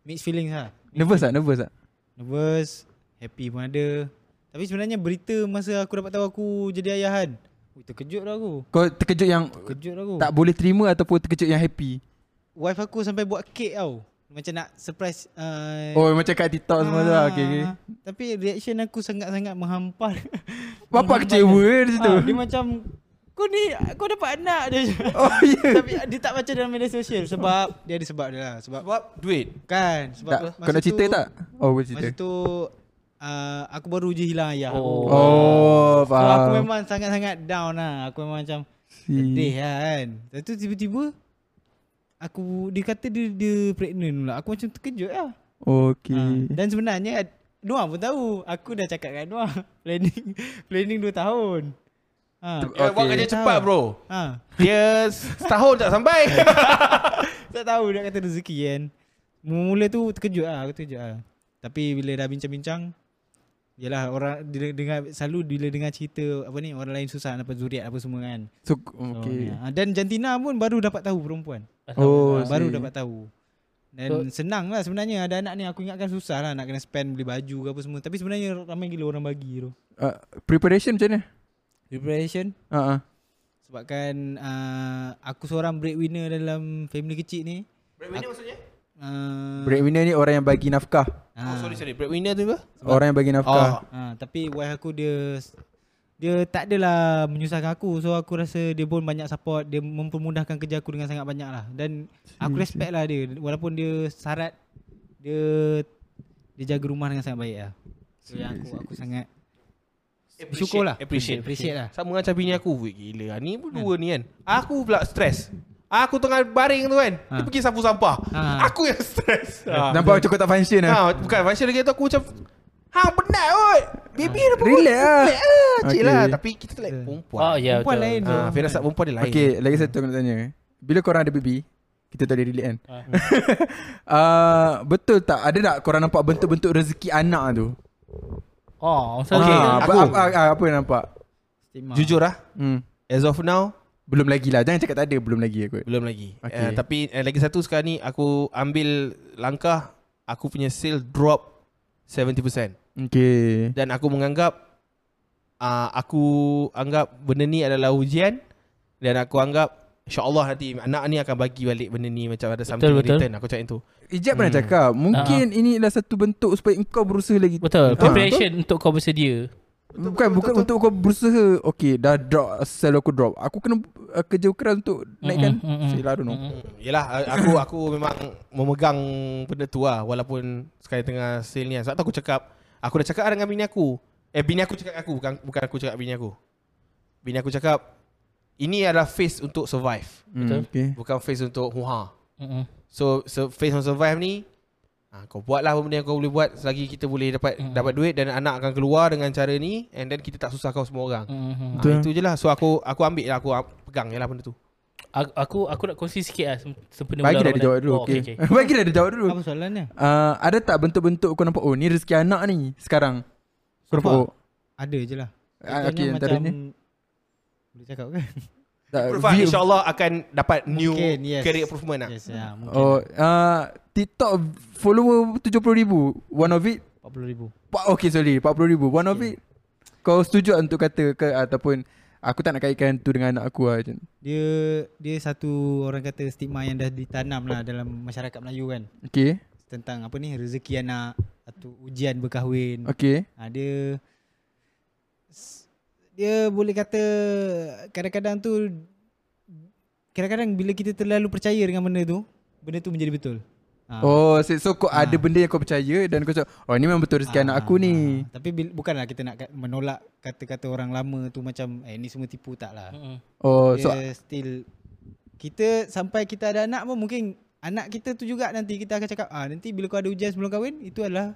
Speaker 6: mixed feelings lah.
Speaker 5: Nervous tak Nervous tak
Speaker 6: Nervous, happy pun ada. Tapi sebenarnya berita masa aku dapat tahu aku jadi ayah kan. Ui, terkejut lah aku.
Speaker 5: Kau terkejut yang
Speaker 6: Terkejut lah aku.
Speaker 5: Tak boleh terima Ataupun terkejut yang happy
Speaker 6: Wife aku sampai buat kek tau. Macam nak surprise uh,
Speaker 5: Oh macam kat TikTok semua tu lah. Okay okay
Speaker 6: Ah, Tapi reaction aku sangat-sangat menghampar.
Speaker 5: [LAUGHS] Bapak
Speaker 6: Menghampar
Speaker 5: kecewa
Speaker 6: dia.
Speaker 5: eh di situ.
Speaker 6: Ah, dia macam kau ni kau dapat anak dia.
Speaker 5: [LAUGHS] Oh ya yeah.
Speaker 6: Tapi dia tak baca dalam media sosial sebab dia ada sebab dia lah. Sebab
Speaker 4: Sebab duit
Speaker 6: kan sebab
Speaker 5: tak, Kau nak cerita tak Oh boleh cerita
Speaker 6: Masa tu uh, aku baru je hilang ayah.
Speaker 3: Oh.
Speaker 6: Oh.
Speaker 5: Oh
Speaker 6: So,
Speaker 5: faham
Speaker 6: aku memang sangat-sangat down lah. Aku memang macam sedih lah kan. Lepas tu tiba-tiba aku dia kata dia dia pregnant pula. Aku macam terkejut lah.
Speaker 5: Okay
Speaker 6: Ha, dan sebenarnya Noah pun tahu Aku dah cakap dengan Noah [LAUGHS] Planning Planning 2 tahun ha.
Speaker 4: okay. Eh, Buat kerja cepat
Speaker 6: Tahu.
Speaker 4: bro
Speaker 6: ha.
Speaker 4: Dia setahun tak sampai
Speaker 6: Tak tahu nak kata rezeki kan Mula tu terkejut lah Aku terkejut lah Tapi bila dah bincang-bincang Yalah orang dia dengar selalu bila dengar cerita apa ni orang lain susah dapat zuriat apa semua kan.
Speaker 5: So
Speaker 6: So,
Speaker 5: okay
Speaker 6: ha, Dan Jantina pun baru dapat tahu perempuan. Ah,
Speaker 5: Oh
Speaker 6: baru
Speaker 5: see.
Speaker 6: dapat tahu. Dan senang lah sebenarnya ada anak ni aku ingatkan susah lah nak kena spend beli baju ke apa semua. Tapi sebenarnya ramai gila orang bagi tu.
Speaker 5: Uh, preparation macam mana?
Speaker 6: Preparation
Speaker 5: Uh-huh.
Speaker 6: sebabkan uh, aku seorang breadwinner dalam family kecil ni.
Speaker 4: Breadwinner maksudnya?
Speaker 6: Uh,
Speaker 5: Hmm. Breadwinner ni orang yang bagi nafkah.
Speaker 4: Oh sorry sorry Breadwinner tu ke?
Speaker 5: Orang yang bagi nafkah.
Speaker 6: Ha, tapi wife aku dia dia tak adalah menyusahkan aku so aku rasa dia pun banyak support dia mempermudahkan kerja aku dengan sangat banyak lah dan
Speaker 5: Hmm.
Speaker 6: aku respect lah dia walaupun dia syarat dia dia jaga rumah dengan sangat baik lah so yang aku aku sangat bersyukur lah
Speaker 4: Appreciate
Speaker 6: appreciate lah Hmm.
Speaker 4: Sama macam bini aku Wih gila ah, Ni pun dua ni kan Aku pula stres Aku tengah baring tu kan Dia
Speaker 6: Ha.
Speaker 4: pergi sapu sampah
Speaker 6: Ha. Eh,
Speaker 4: Aku yang stres
Speaker 5: Uh,
Speaker 4: ha.
Speaker 5: Nampak macam kau tak function lah.
Speaker 4: ha, Bukan Fashion lagi tu aku macam Hang penat kot Baby dah bangun
Speaker 5: Relax lah.
Speaker 4: Relax lah Cik
Speaker 5: Okay.
Speaker 4: lah Tapi kita like perempuan
Speaker 3: Oh, ya
Speaker 6: perempuan
Speaker 3: betul.
Speaker 6: lain tu
Speaker 4: Ah, Firasat perempuan dia lain
Speaker 5: Okay, lagi satu aku nak tanya. Bila korang ada baby, kita tak boleh relate kan? [LAUGHS] uh, betul tak? Ada tak korang nampak bentuk-bentuk rezeki anak tu?
Speaker 3: Oh,
Speaker 5: Okay,
Speaker 3: sorry.
Speaker 5: ha, apa,
Speaker 4: aku.
Speaker 5: apa, apa, apa yang nampak?
Speaker 6: Stigma.
Speaker 4: Jujur lah
Speaker 5: Hmm.
Speaker 4: As of now
Speaker 5: Belum lagi lah. Jangan cakap tak ada, belum lagi aku.
Speaker 4: Belum lagi
Speaker 5: Okay.
Speaker 4: okay. uh, Tapi uh, lagi satu sekarang ni Aku ambil langkah Aku punya sale drop 70%
Speaker 5: Okay.
Speaker 4: Dan aku menganggap uh, Aku anggap benda ni adalah ujian Dan aku anggap InsyaAllah nanti anak ni akan bagi balik benda ni Macam ada something
Speaker 3: betul.
Speaker 4: betul. return Aku cakap itu
Speaker 5: Ijab pernah cakap, mungkin ini adalah satu bentuk supaya engkau berusaha lagi.
Speaker 3: Betul.
Speaker 5: Ah,
Speaker 3: Preparation untuk kau bersedia.
Speaker 5: Betul, bukan bukan untuk kau berusaha Okay dah drop Sel aku drop Aku kena uh, kerja keras untuk
Speaker 3: mm,
Speaker 5: naikkan
Speaker 3: mm.
Speaker 5: mm I don't know
Speaker 4: Yelah a- aku aku memang memegang benda tu lah Walaupun sekarang tengah sale ni lah. Sebab tu aku cakap Aku dah cakap lah dengan bini aku Eh bini aku cakap dengan aku Bukan, bukan aku cakap bini aku Bini aku cakap Ini adalah phase untuk survive
Speaker 5: Betul okay.
Speaker 4: Bukan phase untuk huha
Speaker 3: Mm-mm.
Speaker 4: So, so phase on survive ni ha, Kau buat lah apa benda yang kau boleh buat Selagi kita boleh dapat hmm. dapat duit Dan anak akan keluar dengan cara ni And then kita tak susah kau semua orang
Speaker 3: Mm-mm.
Speaker 4: ha,
Speaker 5: Betul.
Speaker 4: Itu je lah So aku aku ambil lah Aku am- pegang je lah benda tu
Speaker 3: Aku, aku aku nak kongsi sikit lah sem- sempena bulan
Speaker 5: Bagi dah dia
Speaker 3: Ramadan.
Speaker 5: jawab dulu
Speaker 3: Oh,
Speaker 5: okay. okay. [LAUGHS] Bagi dah dia jawab dulu
Speaker 6: apa soalannya
Speaker 5: uh, Ada tak bentuk-bentuk kau nampak Oh ni rezeki anak ni Sekarang Kau nampak oh
Speaker 6: ada je lah
Speaker 5: Ah, okey,
Speaker 6: Contohnya
Speaker 5: antaranya?
Speaker 6: boleh cakap kan
Speaker 5: tak,
Speaker 4: Profile
Speaker 5: view.
Speaker 4: Uh, insyaAllah akan dapat
Speaker 6: [LAUGHS]
Speaker 4: new
Speaker 6: Mungkin, Kan, yes.
Speaker 4: career improvement lah
Speaker 6: yes ya mungkin
Speaker 5: Oh uh, TikTok follower 70 ribu One of it
Speaker 6: 40000
Speaker 5: pa- Okay sorry 40 ribu One of it Kau setuju tak untuk kata ke Ataupun Aku tak nak kaitkan tu dengan anak aku lah macam.
Speaker 6: dia dia satu orang kata stigma yang dah ditanam lah dalam masyarakat Melayu kan
Speaker 5: Okay
Speaker 6: tentang apa ni rezeki anak atau ujian berkahwin
Speaker 5: Okay
Speaker 6: ha, dia s- dia boleh kata kadang-kadang tu kadang-kadang bila kita terlalu percaya dengan benda tu benda tu menjadi betul Ah.
Speaker 5: Oh, so, so kau ada benda yang kau percaya dan kau cakap, oh ni memang betul rezeki anak aku ni.
Speaker 6: ha, Tapi bil- bukanlah kita nak ka- menolak kata-kata orang lama tu macam eh ni semua tipu tak lah.
Speaker 5: Oh, so
Speaker 6: Dia still kita sampai kita ada anak pun mungkin anak kita tu juga nanti kita akan cakap ah nanti bila kau ada ujian sebelum kahwin itu adalah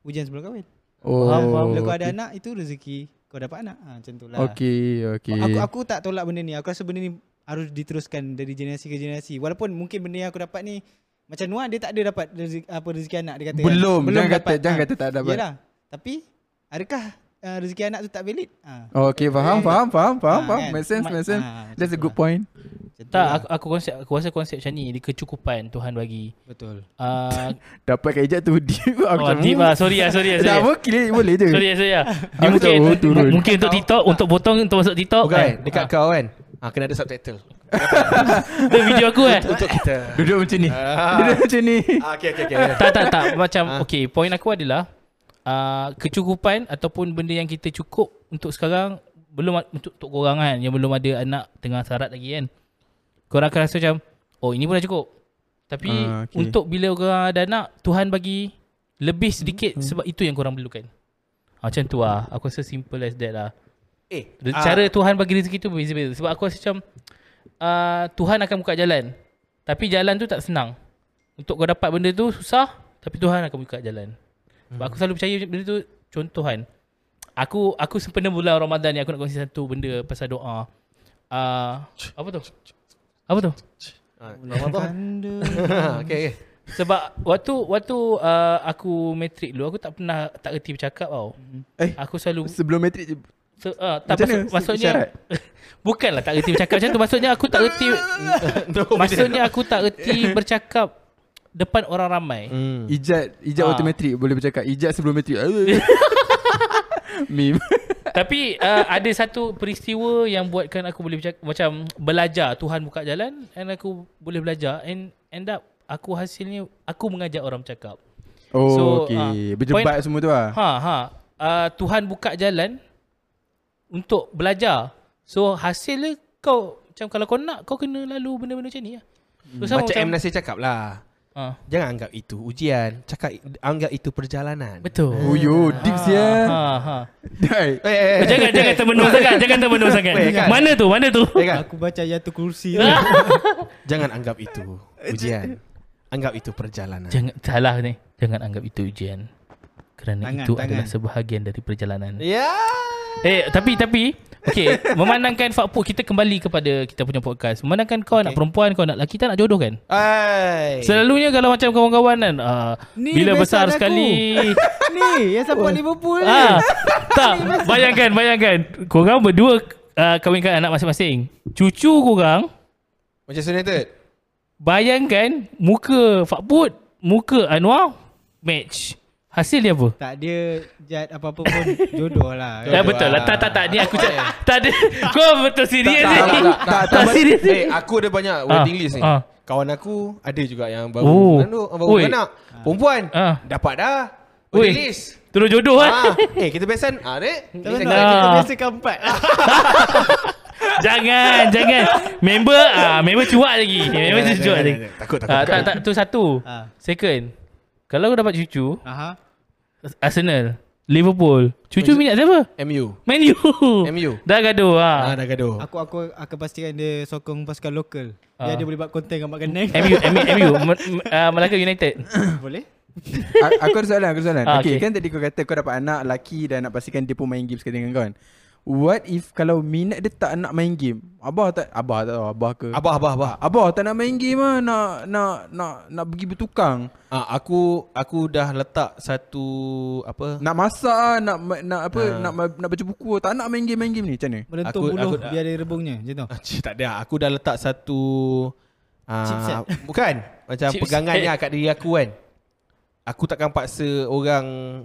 Speaker 6: ujian sebelum kahwin.
Speaker 5: oh.
Speaker 3: Faham, faham.
Speaker 6: Bila kau ada
Speaker 5: okay.
Speaker 6: anak itu rezeki kau dapat anak. Ah macam tu lah.
Speaker 5: Okey, okey.
Speaker 6: Aku aku tak tolak benda ni. Aku rasa benda ni harus diteruskan dari generasi ke generasi. Walaupun mungkin benda yang aku dapat ni macam Nuah dia tak ada dapat rezeki, apa rezeki anak dia kata. kan.
Speaker 5: Belum, jangan kata- jangan
Speaker 6: Ah,
Speaker 5: kata tak dapat.
Speaker 6: Yelah. Tapi adakah uh, rezeki anak tu tak valid? Ah.
Speaker 5: Okey, faham, faham, faham, faham,
Speaker 6: Ah,
Speaker 5: faham.
Speaker 6: kan?
Speaker 5: Make sense,
Speaker 6: Ma-
Speaker 5: make sense.
Speaker 6: ah, macam
Speaker 5: That's a
Speaker 6: tu
Speaker 5: good
Speaker 6: lah.
Speaker 5: point.
Speaker 6: Macam tu
Speaker 3: Tak
Speaker 6: lah.
Speaker 3: aku, aku konsep aku rasa konsep macam ni dia kecukupan Tuhan bagi.
Speaker 6: betul.
Speaker 3: Uh,
Speaker 5: Dapat kat ejak tu [LAUGHS] deep. Aku
Speaker 3: oh
Speaker 5: macam, "Hmm?"
Speaker 3: deep lah sorry lah sorry lah
Speaker 5: Tak
Speaker 3: sorry.
Speaker 5: apa, kira boleh je.
Speaker 3: Sorry lah sorry lah. Dia
Speaker 5: Aku
Speaker 3: mungkin
Speaker 5: tak tahu, turun.
Speaker 3: mungkin untuk TikTok untuk potong untuk masuk TikTok.
Speaker 4: Bukan kan?
Speaker 3: eh.
Speaker 4: Dekat
Speaker 3: [LAUGHS] Ah,
Speaker 4: kau kan? Ah, kena ada subtitle.
Speaker 3: Itu video aku eh.
Speaker 4: Untuk kita.
Speaker 5: Duduk macam ni.
Speaker 4: Ah.
Speaker 5: Duduk macam ni.
Speaker 4: Ah, okay, okay, okay.
Speaker 3: tak tak tak macam okey point aku adalah uh, kecukupan ataupun benda yang kita cukup untuk sekarang belum a- untuk untuk korang kan yang belum ada anak tengah syarat lagi kan. Korang akan rasa macam oh ini pun dah cukup. Tapi
Speaker 5: Ah,
Speaker 3: uh,
Speaker 5: okey.
Speaker 3: okay. untuk bila korang ada anak Tuhan bagi lebih sedikit hmm. sebab itu yang korang perlukan. Ah, macam tu lah Aku rasa simple as that lah
Speaker 4: Eh,
Speaker 3: Re-
Speaker 4: ah,
Speaker 3: Cara Tuhan bagi rezeki tu berbeza-beza Sebab aku rasa macam uh, Tuhan akan buka jalan Tapi jalan tu tak senang Untuk kau dapat benda tu susah Tapi Tuhan akan buka jalan Sebab aku selalu percaya benda tu Contohan Aku aku sempena bulan Ramadan ni Aku nak kongsi satu benda pasal doa uh, Apa tu? Apa tu?
Speaker 4: ah, [LAUGHS] Ramadan.
Speaker 6: Tanda.
Speaker 4: Ah, okay, okay.
Speaker 3: Sebab waktu waktu uh, aku matrik dulu Aku tak pernah tak reti bercakap tau
Speaker 5: Eh,
Speaker 3: Aku selalu
Speaker 5: Sebelum matrik je.
Speaker 3: So, uh, tak
Speaker 5: Macam
Speaker 3: maksud,
Speaker 5: mana?
Speaker 3: maksudnya
Speaker 5: Isyarat?
Speaker 3: [LAUGHS] Bukanlah tak reti bercakap macam tu Maksudnya aku tak reti [LAUGHS] Maksudnya aku tak reti bercakap Depan orang ramai
Speaker 4: Hmm.
Speaker 5: Ijat, ijat
Speaker 3: Ah.
Speaker 5: waktu matrik boleh bercakap. Ijat sebelum matrik.
Speaker 6: [LAUGHS]
Speaker 5: Meme.
Speaker 3: Tapi uh, ada satu peristiwa yang buatkan aku boleh bercakap, Macam belajar Tuhan buka jalan And aku boleh belajar And end up aku hasilnya Aku mengajak orang bercakap
Speaker 5: Oh,
Speaker 3: So,
Speaker 5: okey.
Speaker 3: ah,
Speaker 5: Berjebat
Speaker 3: point-
Speaker 5: semua tu lah.
Speaker 3: Ha ha uh, Tuhan buka jalan Untuk belajar So hasilnya kau Macam kalau kau nak Kau kena lalu benda-benda macam ni lah so, sama
Speaker 4: Macam M. Nasir cakap lah.
Speaker 3: Ah,
Speaker 4: Jangan anggap itu ujian. Cakap anggap itu perjalanan.
Speaker 3: Betul
Speaker 6: Ah.
Speaker 5: Oh, yo, deep
Speaker 3: Ha,
Speaker 5: sia.
Speaker 3: ha.
Speaker 5: Right.
Speaker 4: Eh, eh,
Speaker 3: Eh,
Speaker 4: eh.
Speaker 3: jangan jangan termenung sangat, jangan termenung sangat.
Speaker 4: Weh, kan?
Speaker 3: Mana tu? Mana tu?
Speaker 4: Eh, kan?
Speaker 6: Aku baca Yatul Kursi
Speaker 5: [LAUGHS]
Speaker 6: tu.
Speaker 4: Jangan anggap itu ujian. Anggap itu perjalanan.
Speaker 3: Jangan salah ni. Jangan anggap itu ujian. Kerana
Speaker 6: Tangan,
Speaker 3: itu
Speaker 6: tangan.
Speaker 3: adalah sebahagian dari perjalanan.
Speaker 4: Ya.
Speaker 3: Eh, tapi tapi okey, memandangkan fakpo kita kembali kepada kita punya podcast. Memandangkan kau okay. nak perempuan, kau nak lelaki, tak nak jodoh kan?
Speaker 4: Ai.
Speaker 3: Selalunya kalau macam kawan-kawan kan, ah,
Speaker 6: Ni
Speaker 3: bila besar
Speaker 6: besan aku.
Speaker 3: sekali
Speaker 6: ni yang support Liverpool ni.
Speaker 5: Ha.
Speaker 3: ah, tak, bayangkan, bayangkan. Korang berdua uh, kahwinkan anak masing-masing. Cucu korang
Speaker 4: Macam United.
Speaker 3: Bayangkan muka Fakbud, muka Anwar match. Hasil dia apa?
Speaker 6: Tak dia jad apa-apa pun jodoh lah.
Speaker 3: Dah betul lah. Tak tak tak ni aku cak,
Speaker 4: [LAUGHS]
Speaker 3: tak ada. Kau betul serius ni.
Speaker 4: tak, tak, tak, tak,
Speaker 3: [LAUGHS] Tak serius.
Speaker 4: Eh, aku ada banyak waiting
Speaker 3: Ah,
Speaker 4: list ni.
Speaker 3: ah.
Speaker 4: Kawan aku ada juga yang baru
Speaker 3: Oh.
Speaker 4: menanduk, baru
Speaker 3: Oi.
Speaker 4: anak. Perempuan.
Speaker 3: Ah.
Speaker 4: Dapat dah.
Speaker 3: Oi.
Speaker 4: Waiting list.
Speaker 3: Terus jodoh
Speaker 4: Ah,
Speaker 3: kan.
Speaker 4: eh kita besan. Ah, dek.
Speaker 6: Tapi
Speaker 4: Ni
Speaker 6: tak
Speaker 4: cakap.
Speaker 6: kita
Speaker 3: Ah.
Speaker 6: biasa
Speaker 5: [LAUGHS]
Speaker 6: keempat.
Speaker 3: jangan, jangan. Member ah member cuak lagi. Member
Speaker 4: Jangan,
Speaker 3: cuak
Speaker 4: jangan,
Speaker 3: lagi.
Speaker 4: jangan. ya, Takut, takut,
Speaker 3: Ah,
Speaker 4: takut.
Speaker 3: tak tak tu satu.
Speaker 6: Ah.
Speaker 3: Second. Kalau kau dapat cucu
Speaker 6: Aha.
Speaker 3: Arsenal, Liverpool. Cucu minat siapa?
Speaker 4: MU.
Speaker 3: Man U.
Speaker 4: MU.
Speaker 3: Dah gaduh ah.
Speaker 4: Ah, dah gaduh.
Speaker 6: Aku aku akan pastikan dia sokong pasukan lokal.
Speaker 3: Ah.
Speaker 6: Dia ada boleh buat konten dengan Mak Ganang.
Speaker 5: Eh,
Speaker 3: MU MU MU Me- me- ah, Melaka United.
Speaker 6: [LAUGHS] boleh?
Speaker 5: A- aku ada soalan, aku ada soalan.
Speaker 3: Ah,
Speaker 5: okay,
Speaker 3: okay.
Speaker 5: kan tadi kau kata kau dapat anak lelaki dan nak pastikan dia pun main game sekali dengan kau kan. What if kalau minat dia tak nak main game? Abah tak abah tak tahu abah ke?
Speaker 4: Abah, abah, abah.
Speaker 5: abah tak nak main game ah, nak nak nak nak pergi bertukang,
Speaker 4: Ah, aku aku dah letak satu apa?
Speaker 5: nak masak ah, nak ma- nak apa, nak ma- nak baca buku, lah. tak nak main game main game ni. Macam mana?
Speaker 6: Merentuk
Speaker 4: Aku-
Speaker 6: buluh
Speaker 4: aku-
Speaker 6: biar dia rebungnya. Macam tu.
Speaker 4: Ah, cik, tak ada. Aku dah letak satu
Speaker 6: Chipset.
Speaker 4: ah, bukan macam
Speaker 3: Chipset.
Speaker 4: pegangannya kat diri aku kan. Aku takkan paksa orang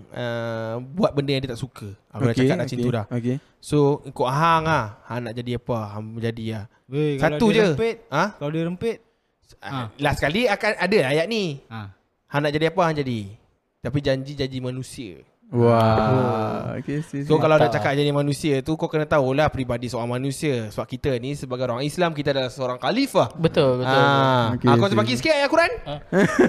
Speaker 4: uh, buat benda yang dia tak suka. Aku okay, dah cakap dah okay. macam tu dah.
Speaker 5: Okey.
Speaker 4: So kau hang ah, hang nak jadi apa? Hang menjadi ah.
Speaker 6: Weh, kalau
Speaker 4: Satu
Speaker 6: dia
Speaker 4: je.
Speaker 6: Rempit,
Speaker 4: Ha?
Speaker 6: Kalau dia rempit.
Speaker 4: Ah, Last kali akan ada ayat ni.
Speaker 6: Ha.
Speaker 4: Hang nak jadi apa hang jadi. Tapi janji jadi manusia.
Speaker 5: Wah. Okay, see, see.
Speaker 4: So kalau nak cakap jadi manusia tu Kau kena tahulah peribadi seorang manusia Sebab kita ni sebagai orang Islam Kita adalah seorang khalifah
Speaker 3: Betul, betul.
Speaker 4: Ah, okay,
Speaker 5: betul. Okey,
Speaker 4: ah, kau
Speaker 5: okey. Ha.
Speaker 4: bagi sikit ayat Quran.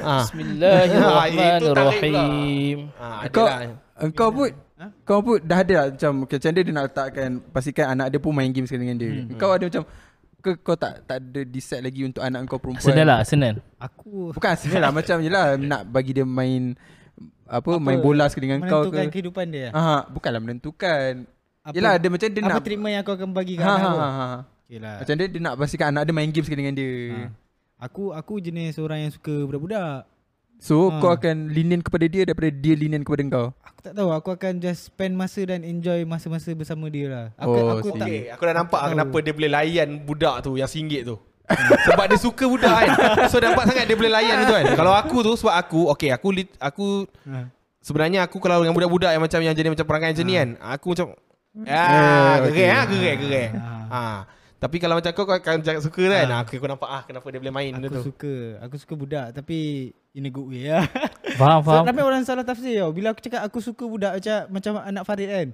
Speaker 4: Ah.
Speaker 3: Bismillahirrahmanirrahim.
Speaker 4: Ah, ada
Speaker 5: Eh, Kau
Speaker 4: lah.
Speaker 5: Engkau put
Speaker 6: Ha?
Speaker 5: Kau put dah ada lah macam okay, Macam dia, dia nak letakkan Pastikan anak dia pun main game sekali dengan dia hmm. Kau ada macam ke, Kau tak tak ada decide lagi Untuk anak kau perempuan
Speaker 3: Arsenal lah, Arsenal.
Speaker 6: Aku [LAUGHS]
Speaker 5: Bukan senang lah Macam je lah Nak bagi dia main apa, main bola sekali dengan kau
Speaker 6: menentukan
Speaker 5: ke
Speaker 6: kehidupan dia.
Speaker 5: ha, Bukanlah menentukan
Speaker 6: Apa-
Speaker 5: Yelah dia macam dia
Speaker 6: Apa
Speaker 5: nak
Speaker 6: treatment yang kau akan bagi kat
Speaker 5: ha, ha,
Speaker 6: anak kau?
Speaker 5: ha, ha.
Speaker 6: Okay lah.
Speaker 5: Macam dia, dia nak pastikan anak dia main game sekali dengan dia
Speaker 6: Ha. Aku aku jenis orang yang suka budak-budak.
Speaker 5: So
Speaker 6: Ha.
Speaker 5: kau akan lenient kepada dia Daripada dia lenient kepada kau
Speaker 6: Aku tak tahu aku akan just spend masa dan enjoy masa-masa bersama dia lah. Aku
Speaker 5: Oh,
Speaker 6: aku
Speaker 5: see.
Speaker 6: tak
Speaker 4: Okay, aku dah nampak oh. kenapa dia boleh layan budak tu yang singgit tu. [LAUGHS] sebab dia suka budak kan. So nampak sangat dia boleh layan tu kan. Kalau aku tu sebab aku okay aku lit- aku
Speaker 6: Ha.
Speaker 4: sebenarnya aku kalau dengan budak-budak yang macam yang jadi macam perangai macam ni kan, aku macam ah gerai ah gerai gerai. Ah. Tapi kalau macam kau kau akan jangan suka kan. Ah, okay, aku nampak ah kenapa dia boleh main benda
Speaker 6: Aku
Speaker 4: tu.
Speaker 6: suka Aku suka budak Tapi In a good way lah
Speaker 3: Faham,
Speaker 6: so,
Speaker 3: faham.
Speaker 6: [LAUGHS] Ramai orang salah tafsir tau Bila aku cakap Aku suka budak Macam macam anak Farid kan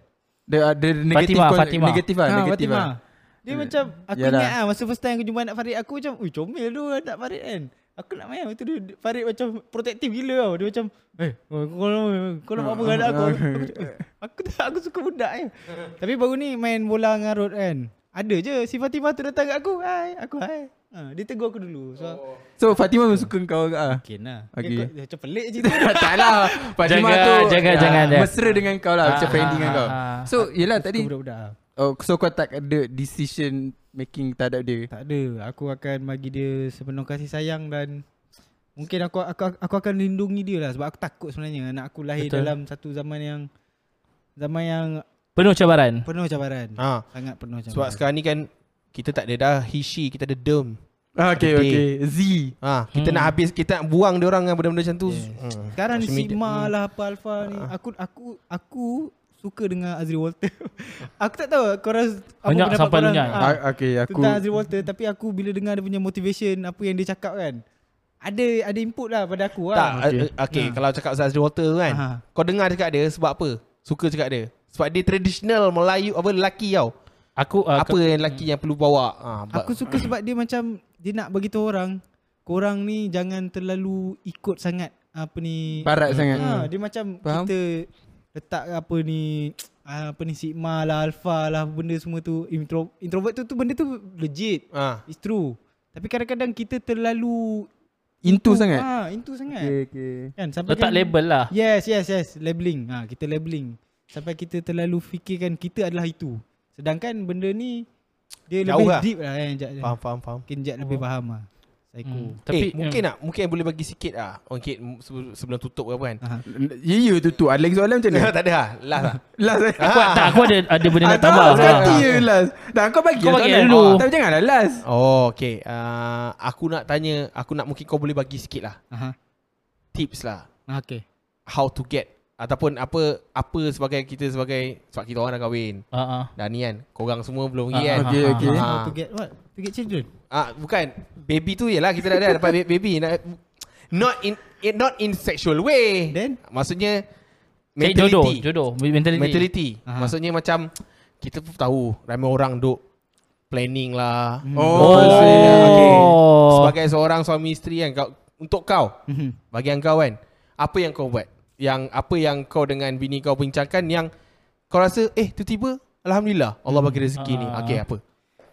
Speaker 5: Dia ada negatif
Speaker 3: Fatimah,
Speaker 5: kon-
Speaker 3: Fatimah.
Speaker 5: Negatif lah
Speaker 6: Ha,
Speaker 5: negatif
Speaker 6: Fatimah.
Speaker 5: lah
Speaker 6: Dia macam Aku
Speaker 5: Yalah.
Speaker 6: ingat lah Masa first time aku jumpa anak Farid Aku macam Ui comel tu anak Farid kan Aku nak main Lepas tu dia, dia- Farid macam Protektif gila tau Dia macam Eh kau kau nak Kau nak buat apa dengan anak
Speaker 5: [LAUGHS]
Speaker 6: aku Aku macam, "Ui, Aku tak Aku suka budak kan Tapi baru ni Main bola dengan Rod kan Ada je Si Fatimah tu datang kat aku Hai Aku hai ha, Dia tegur aku dulu So oh.
Speaker 5: So Fatimah memang suka kau ke ah?
Speaker 6: Mungkin lah
Speaker 5: Okey.
Speaker 6: okay. Dia macam pelik je tu
Speaker 5: [LAUGHS] tak lah Fatimah
Speaker 3: Jaga,
Speaker 5: tu
Speaker 3: jaga,
Speaker 5: ah,
Speaker 3: jangan dia.
Speaker 5: Mesra dengan kau lah Macam
Speaker 3: Ah,
Speaker 5: friendly
Speaker 3: ah,
Speaker 5: dengan kau
Speaker 3: ah, ah.
Speaker 5: So yelah tadi
Speaker 6: Budak-budak lah.
Speaker 5: oh, So kau tak ada decision making terhadap dia
Speaker 6: Tak ada Aku akan bagi dia Sepenuh kasih sayang dan Mungkin aku aku aku akan lindungi dia lah Sebab aku takut sebenarnya Anak aku lahir
Speaker 3: Betul.
Speaker 6: Betul. dalam satu zaman yang Zaman yang
Speaker 3: Penuh cabaran.
Speaker 6: penuh cabaran
Speaker 4: Ah.
Speaker 6: Sangat penuh cabaran
Speaker 4: Sebab sekarang ni kan kita tak ada dah hishi, kita ada dem.
Speaker 5: Okay
Speaker 4: Sedih.
Speaker 5: okay Z
Speaker 4: Ha, kita hmm. nak habis kita nak buang dia orang dengan benda-benda macam tu.
Speaker 6: Yeah.
Speaker 4: Hmm. Ah.
Speaker 6: Sekarang ni
Speaker 4: Social media.
Speaker 6: Sigma lah Apa Alpha ni Aku aku aku suka dengan Azri Walter [LAUGHS] Aku tak tahu korang apa
Speaker 3: Lunyak
Speaker 6: pendapat
Speaker 3: sampai
Speaker 6: korang,
Speaker 3: lunyak.
Speaker 6: ah,
Speaker 5: ah, Okay aku
Speaker 6: Tentang
Speaker 3: eh?
Speaker 6: Azri Walter Tapi aku bila dengar dia punya motivation Apa yang dia cakap kan Ada ada input lah pada aku
Speaker 4: Tak,
Speaker 6: lah
Speaker 4: okay, okay kalau cakap Zazri Walter tu kan.
Speaker 6: Aha.
Speaker 4: Kau dengar cakap dia sebab apa? Suka cakap dia. Sebab dia traditional Melayu apa lelaki tau.
Speaker 3: Aku uh,
Speaker 4: apa yang lelaki yang perlu bawa? Ha,
Speaker 6: Aku suka sebab dia macam dia nak bagi tahu orang korang ni jangan terlalu ikut sangat apa ni.
Speaker 5: Barat sangat Hmm.
Speaker 6: Ha, dia macam
Speaker 5: Faham?
Speaker 6: Faham? kita letak apa ni ah, apa ni sigma lah alpha lah benda semua tu intro, introvert tu tu benda tu legit.
Speaker 4: ha.
Speaker 6: It's true. Tapi kadang-kadang kita terlalu
Speaker 5: Into sangat
Speaker 6: Ha, into sangat.
Speaker 5: Okay okay
Speaker 6: Kan sampai
Speaker 3: letak
Speaker 6: kan,
Speaker 3: label lah.
Speaker 6: Yes, yes, yes. Labeling. Ha, kita labeling. Sampai kita terlalu fikirkan kita adalah itu. Sedangkan benda ni dia
Speaker 4: Jauh
Speaker 6: lebih
Speaker 4: lah.
Speaker 6: deep lah kan. Jap, jap.
Speaker 4: Faham, faham, faham.
Speaker 6: Mungkin Jack lebih faham lah Psycho
Speaker 3: Hmm.
Speaker 4: Tapi, eh, mungkin nak mungkin boleh bagi sikit ah. Okey sebelum, sebelum tutup ke apa [LAUGHS] kan.
Speaker 5: Ya ya tu tu Ada lagi soalan macam mana
Speaker 4: tak ada lah. Last lah.
Speaker 5: [LAUGHS] Last eh
Speaker 3: Aku, tak, aku ada ada benda
Speaker 4: Ah,
Speaker 3: nak tambah. Ah.
Speaker 5: Aku ganti je last Dah kau bagi
Speaker 3: Kau
Speaker 5: lah
Speaker 3: bagi
Speaker 5: soalan.
Speaker 3: dulu.
Speaker 5: Tapi janganlah last
Speaker 4: [LAUGHS] Oh, okey. Uh, aku nak tanya, aku nak mungkin kau boleh bagi sikit lah.
Speaker 6: Aha.
Speaker 4: Tips lah.
Speaker 6: Ah, Okay
Speaker 4: How to get ataupun apa apa sebagai kita sebagai sebab kita orang dah kahwin.
Speaker 3: Ha ah.
Speaker 4: Dah ni kan Korang semua belum
Speaker 3: Ah,
Speaker 4: pergi kan
Speaker 3: ah,
Speaker 5: Okay
Speaker 3: Ah,
Speaker 5: okay
Speaker 4: ah.
Speaker 6: How to get what? To get children
Speaker 4: ah, Bukan Baby tu ialah Kita dah, dah dapat ba- baby Nak- Not in it- Not in sexual way
Speaker 6: Then?
Speaker 4: Maksudnya
Speaker 3: Cari jodoh,
Speaker 4: Mentality
Speaker 3: jodoh, mentality.
Speaker 4: Mentality
Speaker 6: Aha.
Speaker 4: Maksudnya macam Kita pun tahu Ramai orang duk Planning lah
Speaker 6: Hmm.
Speaker 5: Oh,
Speaker 3: Oh.
Speaker 5: so, yeah, okay.
Speaker 4: Sebagai seorang suami isteri kan kau, Untuk kau Bagian kau kan Apa yang kau buat Yang Apa yang kau dengan bini kau bincangkan Yang Kau rasa Eh tiba-tiba Alhamdulillah Allah bagi rezeki ni
Speaker 3: Ah.
Speaker 4: Okay apa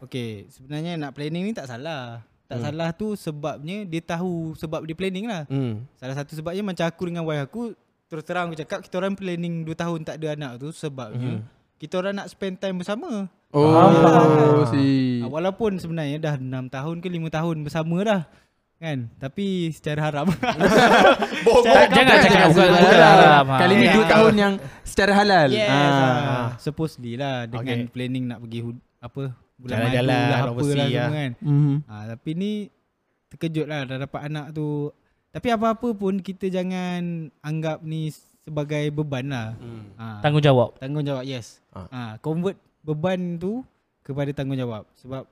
Speaker 6: Okay Sebenarnya nak planning ni tak salah Tak salah tu sebabnya Dia tahu sebab dia planning lah
Speaker 4: Hmm
Speaker 6: Salah satu sebabnya macam aku dengan wife aku Terus terang aku cakap Kita orang planning 2 tahun tak ada anak tu
Speaker 4: Hmm.
Speaker 6: Sebabnya Kita orang nak spend time bersama
Speaker 5: Oh si
Speaker 6: Ah, Walaupun sebenarnya dah 6 tahun ke 5 tahun bersama dah Kan Tapi secara haram
Speaker 3: Tak,
Speaker 6: lah,
Speaker 3: jangan
Speaker 5: Tak,
Speaker 3: cakap
Speaker 5: tak,
Speaker 3: bukan
Speaker 5: tak,
Speaker 3: bukan
Speaker 5: tak, tak.
Speaker 3: haram.
Speaker 5: Kali ni
Speaker 6: Ya.
Speaker 5: 2 tahun yang secara halal.
Speaker 6: Yes.
Speaker 5: Ah.
Speaker 6: Ah. Supposedly lah dengan
Speaker 4: Okay.
Speaker 6: okay. planning nak pergi hud- apa bulan
Speaker 4: Jalan-jalan,
Speaker 6: madu lah apa
Speaker 4: overseas
Speaker 6: lah
Speaker 4: lah.
Speaker 6: semua kan.
Speaker 5: Mhm.
Speaker 6: Ha, tapi ni terkejut lah dah dapat anak tu. Tapi apa-apa pun kita jangan anggap ni sebagai beban lah.
Speaker 4: Hmm.
Speaker 6: Ha,
Speaker 3: Tanggungjawab.
Speaker 6: tanggungjawab yes.
Speaker 4: Ah.
Speaker 6: Ha. convert beban tu kepada tanggungjawab sebab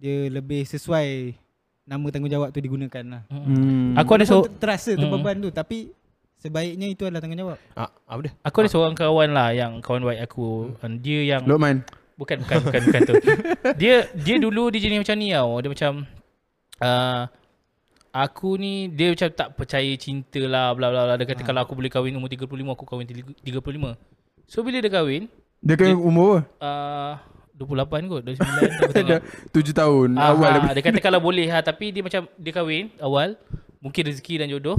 Speaker 6: dia lebih sesuai nama tanggungjawab tu digunakan lah.
Speaker 5: Hmm.
Speaker 3: Aku ada so
Speaker 6: Walaupun ter- terasa tu
Speaker 3: Mm.
Speaker 6: beban tu tapi Sebaiknya itu adalah tanggungjawab.
Speaker 4: Ah, apa dia?
Speaker 3: Aku ada seorang kawan lah yang kawan baik aku. And Dia yang
Speaker 5: Lokman
Speaker 3: bukan bukan bukan bukan tu. Dia dia dulu dia jenis macam ni tau. Dia macam uh, aku ni dia macam tak percaya cinta lah bla bla bla. Dia kata kalau aku boleh kahwin umur 35 aku kahwin 35. So bila dia kahwin
Speaker 5: Dia kena umur
Speaker 3: uh, 28 kot 29 aku
Speaker 5: [LAUGHS]
Speaker 3: tak
Speaker 5: Dah
Speaker 3: ingat.
Speaker 5: 7 tahun
Speaker 3: Ah,
Speaker 5: Awal
Speaker 3: ah, dia kata kalau boleh ha, tapi dia macam dia kahwin awal mungkin rezeki dan jodoh.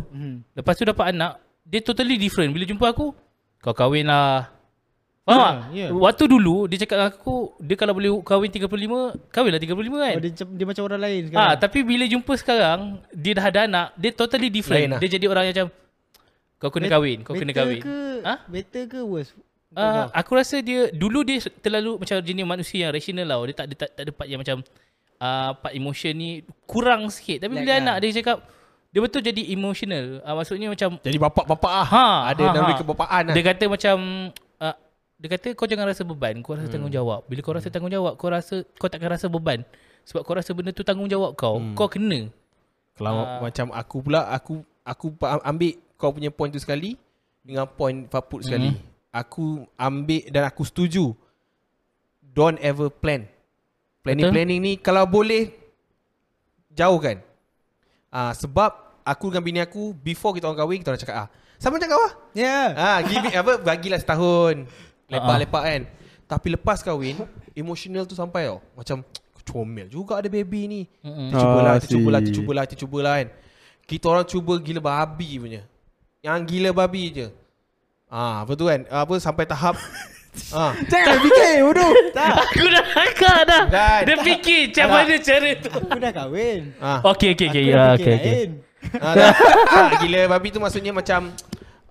Speaker 3: Lepas tu dapat anak, dia totally different. Bila jumpa aku, kau kahwin lah. Faham
Speaker 6: Ya,
Speaker 3: tak?
Speaker 6: ya.
Speaker 3: Waktu dulu dia cakap dengan aku, dia kalau boleh kahwin 35, kahwinlah 35 kan.
Speaker 6: Oh, dia, lah. macam- dia macam orang lain sekarang.
Speaker 3: Ah, tapi bila jumpa sekarang, dia dah ada anak, dia totally different.
Speaker 4: Lain lah.
Speaker 3: Dia jadi orang yang macam kau kena
Speaker 6: Bet-
Speaker 3: kahwin, kau kena
Speaker 6: better
Speaker 3: kahwin.
Speaker 6: Ke,
Speaker 3: Ah?
Speaker 6: Better ke worse?
Speaker 3: Uh, aku rasa dia dulu dia terlalu macam jenis manusia yang rasional lah. Dia tak ada tak, tak ada part yang macam uh, part emotion ni kurang sikit. Tapi
Speaker 5: Lag
Speaker 3: bila
Speaker 5: lah.
Speaker 3: anak dia cakap dia betul jadi emotional. Uh, maksudnya macam
Speaker 4: Jadi bapak-bapak ah.
Speaker 3: ha
Speaker 4: Ada
Speaker 3: ha,
Speaker 4: naluri
Speaker 3: ha.
Speaker 4: kebapaan lah.
Speaker 3: Dia kata macam uh, dia kata kau jangan rasa beban, kau rasa hmm. tanggungjawab. Bila kau rasa tanggungjawab, kau rasa kau takkan rasa beban. Sebab kau rasa benda tu tanggungjawab kau. Hmm. Kau kena.
Speaker 4: Kalau macam aku pula aku aku pa- ambil kau punya point tu sekali dengan point Faput sekali. Aku ambil dan aku setuju. Don't ever plan. Planning
Speaker 3: Betul.
Speaker 4: planning ni kalau boleh jauhkan. Ah sebab aku dengan bini aku before kita orang kahwin kita orang cakap ah sama macam kau ah.
Speaker 6: Ya.
Speaker 4: Ah give it, apa bagilah setahun.
Speaker 3: Ah.
Speaker 4: Lepak-lepak kan. Tapi lepas kahwin emotional tu sampai tau. Macam comel juga ada baby ni.
Speaker 3: Mm-mm.
Speaker 4: Tercubalah,
Speaker 5: Ah,
Speaker 4: tercubalah,
Speaker 5: si.
Speaker 4: tercubalah, tercubalah kan. Kita orang cuba gila babi punya. Yang gila babi je. Ah, apa tu kan? Apa sampai
Speaker 3: [LAUGHS]
Speaker 4: tahap ah,
Speaker 5: Jangan fikir bodoh
Speaker 4: Ya.
Speaker 3: Aku dah agak dah.
Speaker 4: Dah,
Speaker 3: Dia
Speaker 4: dah.
Speaker 3: fikir macam mana cara tu.
Speaker 6: Aku dah kahwin.
Speaker 4: ah,
Speaker 3: Okey okey okey.
Speaker 6: Aku
Speaker 3: Ya,
Speaker 6: dah fikir
Speaker 3: okey okey.
Speaker 6: lain.
Speaker 4: ah, dah. ah, gila babi tu maksudnya macam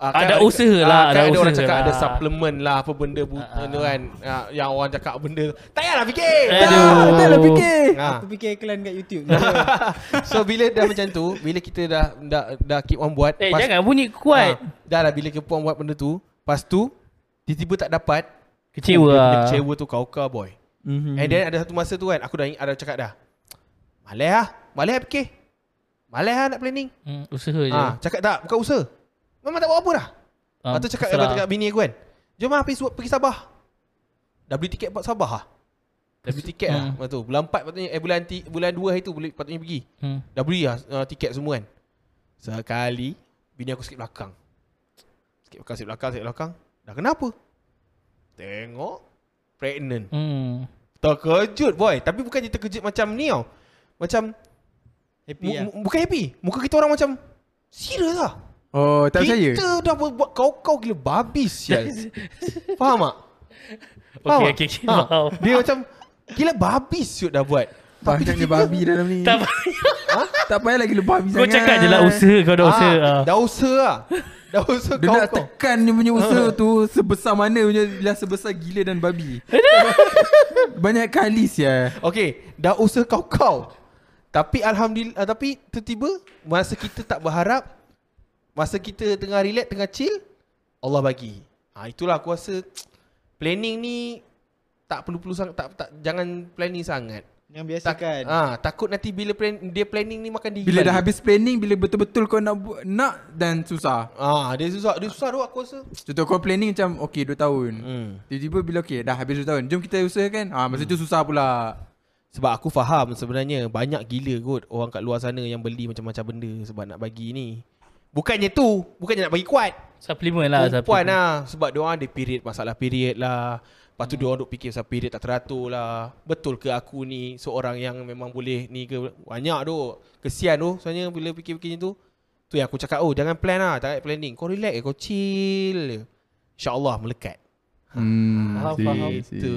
Speaker 4: ah,
Speaker 3: Ada usaha lah,
Speaker 4: kan
Speaker 3: ada
Speaker 4: ada orang
Speaker 3: usaha
Speaker 4: cakap ada
Speaker 3: lah.
Speaker 4: suplemen lah apa benda buta tu kan. Ah, yang orang cakap benda tu. Tak payahlah fikir.
Speaker 3: Eh. Aduh.
Speaker 5: Tak lah fikir
Speaker 4: Ah.
Speaker 6: Aku fikir iklan kat YouTube.
Speaker 3: [LAUGHS]
Speaker 4: so bila dah macam tu, bila kita dah dah, dah keep on buat,
Speaker 3: Eh jangan bunyi kuat.
Speaker 4: Ah, dah lah bila keep on buat benda tu, lepas tu tiba-tiba tak dapat,
Speaker 3: Kecewa. Hmm.
Speaker 4: dia punya kecewa tu kau kau boy.
Speaker 3: Mhm.
Speaker 4: Mm-hmm.
Speaker 5: Eh,
Speaker 4: And then ada satu masa tu kan, aku dah ing- ada cakap dah. Malay lah, malay lah fikir. Malay lah nak planning.
Speaker 3: Hmm, usaha je.
Speaker 4: Ah, cakap tak, bukan usaha. Memang tak buat apa dah.
Speaker 3: Ah,
Speaker 4: Lepas tu cakap
Speaker 3: terserah.
Speaker 4: lepas cakap bini aku kan. Jom lah pergi, pergi Sabah. Dah beli tiket buat Sabah lah. Dah beli tiket lah.
Speaker 3: Hmm.
Speaker 4: Lepas tu bulan 4 patutnya eh bulan ti, bulan 2 hari tu boleh patutnya pergi.
Speaker 3: Hmm.
Speaker 4: Dah beli lah uh, tiket semua kan. Sekali bini aku sikit belakang. Sikit belakang, sikit belakang, sikit belakang. Dah kenapa? Tengok pregnant.
Speaker 3: Hmm.
Speaker 4: Terkejut boy. Tapi bukan dia terkejut macam ni tau. Macam
Speaker 6: Happy
Speaker 4: mu-
Speaker 6: lah.
Speaker 4: mu- bukan happy. Muka kita orang macam serius lah.
Speaker 5: Oh tak percaya
Speaker 4: Kita dah buat, buat kau-kau gila babi
Speaker 3: [LAUGHS]
Speaker 4: sial. Faham tak?
Speaker 3: Okey
Speaker 4: tak?
Speaker 3: okey okey.
Speaker 4: Ha.
Speaker 3: Faham.
Speaker 4: Dia macam gila babi siut dah
Speaker 5: [LAUGHS]
Speaker 4: buat.
Speaker 5: Banyaknya babi dalam ni
Speaker 3: Tak [LAUGHS]
Speaker 5: Tak payah lagi lebih babi
Speaker 3: Kau cakap je lah usaha kau dah usaha.
Speaker 4: Ah,
Speaker 3: Ah.
Speaker 4: Dah usaha lah. Dah usaha
Speaker 5: Dia nak
Speaker 4: kau-kau.
Speaker 5: tekan dia punya
Speaker 3: [LAUGHS]
Speaker 5: usaha tu Sebesar mana punya Lah sebesar gila dan babi Banyak kali siya
Speaker 4: Okey, dah usaha kau-kau. Tapi alhamdulillah ah, tapi tiba-tiba masa kita tak berharap masa kita tengah relax, tengah chill, Allah bagi. Ha itulah aku rasa planning ni tak perlu-perlu sangat tak, tak jangan planning sangat.
Speaker 6: Yang biasa
Speaker 4: Tak,
Speaker 6: kan.
Speaker 4: ah, takut nanti bila plan, dia planning ni makan diri.
Speaker 5: Bila dah
Speaker 4: balik.
Speaker 5: habis planning Bila betul-betul kau nak bu- Nak dan susah
Speaker 4: Ah, dia susah, dia susah tu aku rasa.
Speaker 5: Contoh kau planning macam Okay 2 tahun
Speaker 3: Hmm.
Speaker 5: Tiba-tiba bila okay Dah habis 2 tahun Jom kita usahakan ah, Masa tu susah pula
Speaker 4: Sebab aku faham sebenarnya banyak gila kot orang kat luar sana yang beli macam-macam benda sebab nak bagi ni. Bukannya tu, bukannya nak bagi kuat.
Speaker 3: Suplemen lah. suplemen.
Speaker 4: Perempuan lah sebab dia orang ada period, masalah period lah. Lepas tu dia orang duk fikir pasal period tak teratur lah. Betul ke aku ni seorang yang memang boleh ni ke banyak tu. Kesian tu sebenarnya bila fikir-fikir macam tu. Tu yang aku cakap, oh jangan plan lah, tak payah planning. Kau relax, je, kau chill. je. InsyaAllah melekat.
Speaker 5: Hmm,
Speaker 3: Faham,
Speaker 5: si,
Speaker 3: faham.
Speaker 5: si.
Speaker 4: Tu.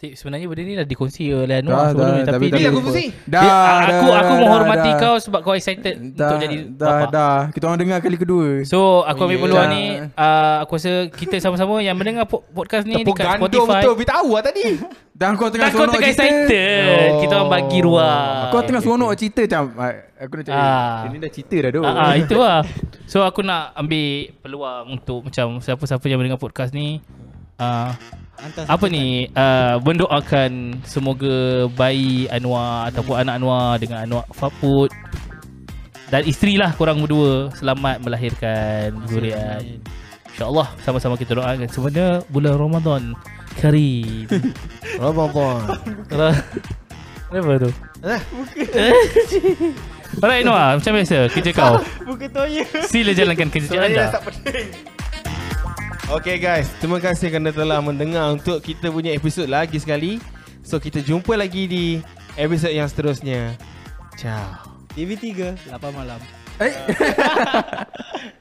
Speaker 3: Tip, sebenarnya benda ni dah dikongsi oleh Anwar
Speaker 5: Dah,
Speaker 3: ah, sebelum ni
Speaker 5: dah,
Speaker 3: tapi,
Speaker 5: tapi-
Speaker 4: Bila
Speaker 3: dia,
Speaker 4: aku pusing.
Speaker 5: Dah,
Speaker 3: dia,
Speaker 5: dah,
Speaker 3: aku
Speaker 5: dah,
Speaker 3: aku
Speaker 5: dah,
Speaker 3: menghormati
Speaker 5: dah.
Speaker 3: kau sebab kau excited
Speaker 5: dah,
Speaker 3: untuk jadi
Speaker 5: dah,
Speaker 3: bapa.
Speaker 5: dah. Kita orang dengar kali kedua
Speaker 3: So aku ambil
Speaker 4: Yeah.
Speaker 3: peluang
Speaker 5: Dah.
Speaker 3: ni uh, aku rasa kita sama-sama yang mendengar po- podcast ni
Speaker 4: Tepuk
Speaker 3: dekat
Speaker 4: gandum
Speaker 3: Spotify.
Speaker 4: tu, beritahu lah tadi. [LAUGHS]
Speaker 5: Dan kau tengah
Speaker 3: Tak kau
Speaker 5: seronok
Speaker 3: tengah
Speaker 5: cerita
Speaker 3: excited.
Speaker 5: Oh.
Speaker 3: Kita orang bagi ruang.
Speaker 5: Kau tengah seronok cerita macam ah, Aku nak cakap
Speaker 3: Ah.
Speaker 5: Dia ni dah cerita dah tu
Speaker 3: Ah, ah, itu lah. So aku nak ambil peluang untuk macam siapa-siapa yang mendengar podcast ni uh,
Speaker 6: Hantar
Speaker 3: apa ni uh, mendoakan semoga bayi Anwar ataupun anak Anwar dengan Anwar Faput Dan isteri lah korang berdua Selamat melahirkan Zuriat InsyaAllah sama-sama kita doakan Sebenarnya bulan Ramadan Karim
Speaker 4: Ramadan.
Speaker 3: Ra- Kenapa tu? Alright Noah Macam biasa Kerja
Speaker 6: [LAUGHS]
Speaker 3: kau
Speaker 6: Buka toya.
Speaker 3: Sila jalankan kerja anda
Speaker 4: Okay guys, terima kasih kerana telah mendengar untuk kita punya episod lagi sekali. So kita jumpa lagi di episod yang seterusnya. Ciao.
Speaker 6: TV 3 8 malam.
Speaker 5: Eh?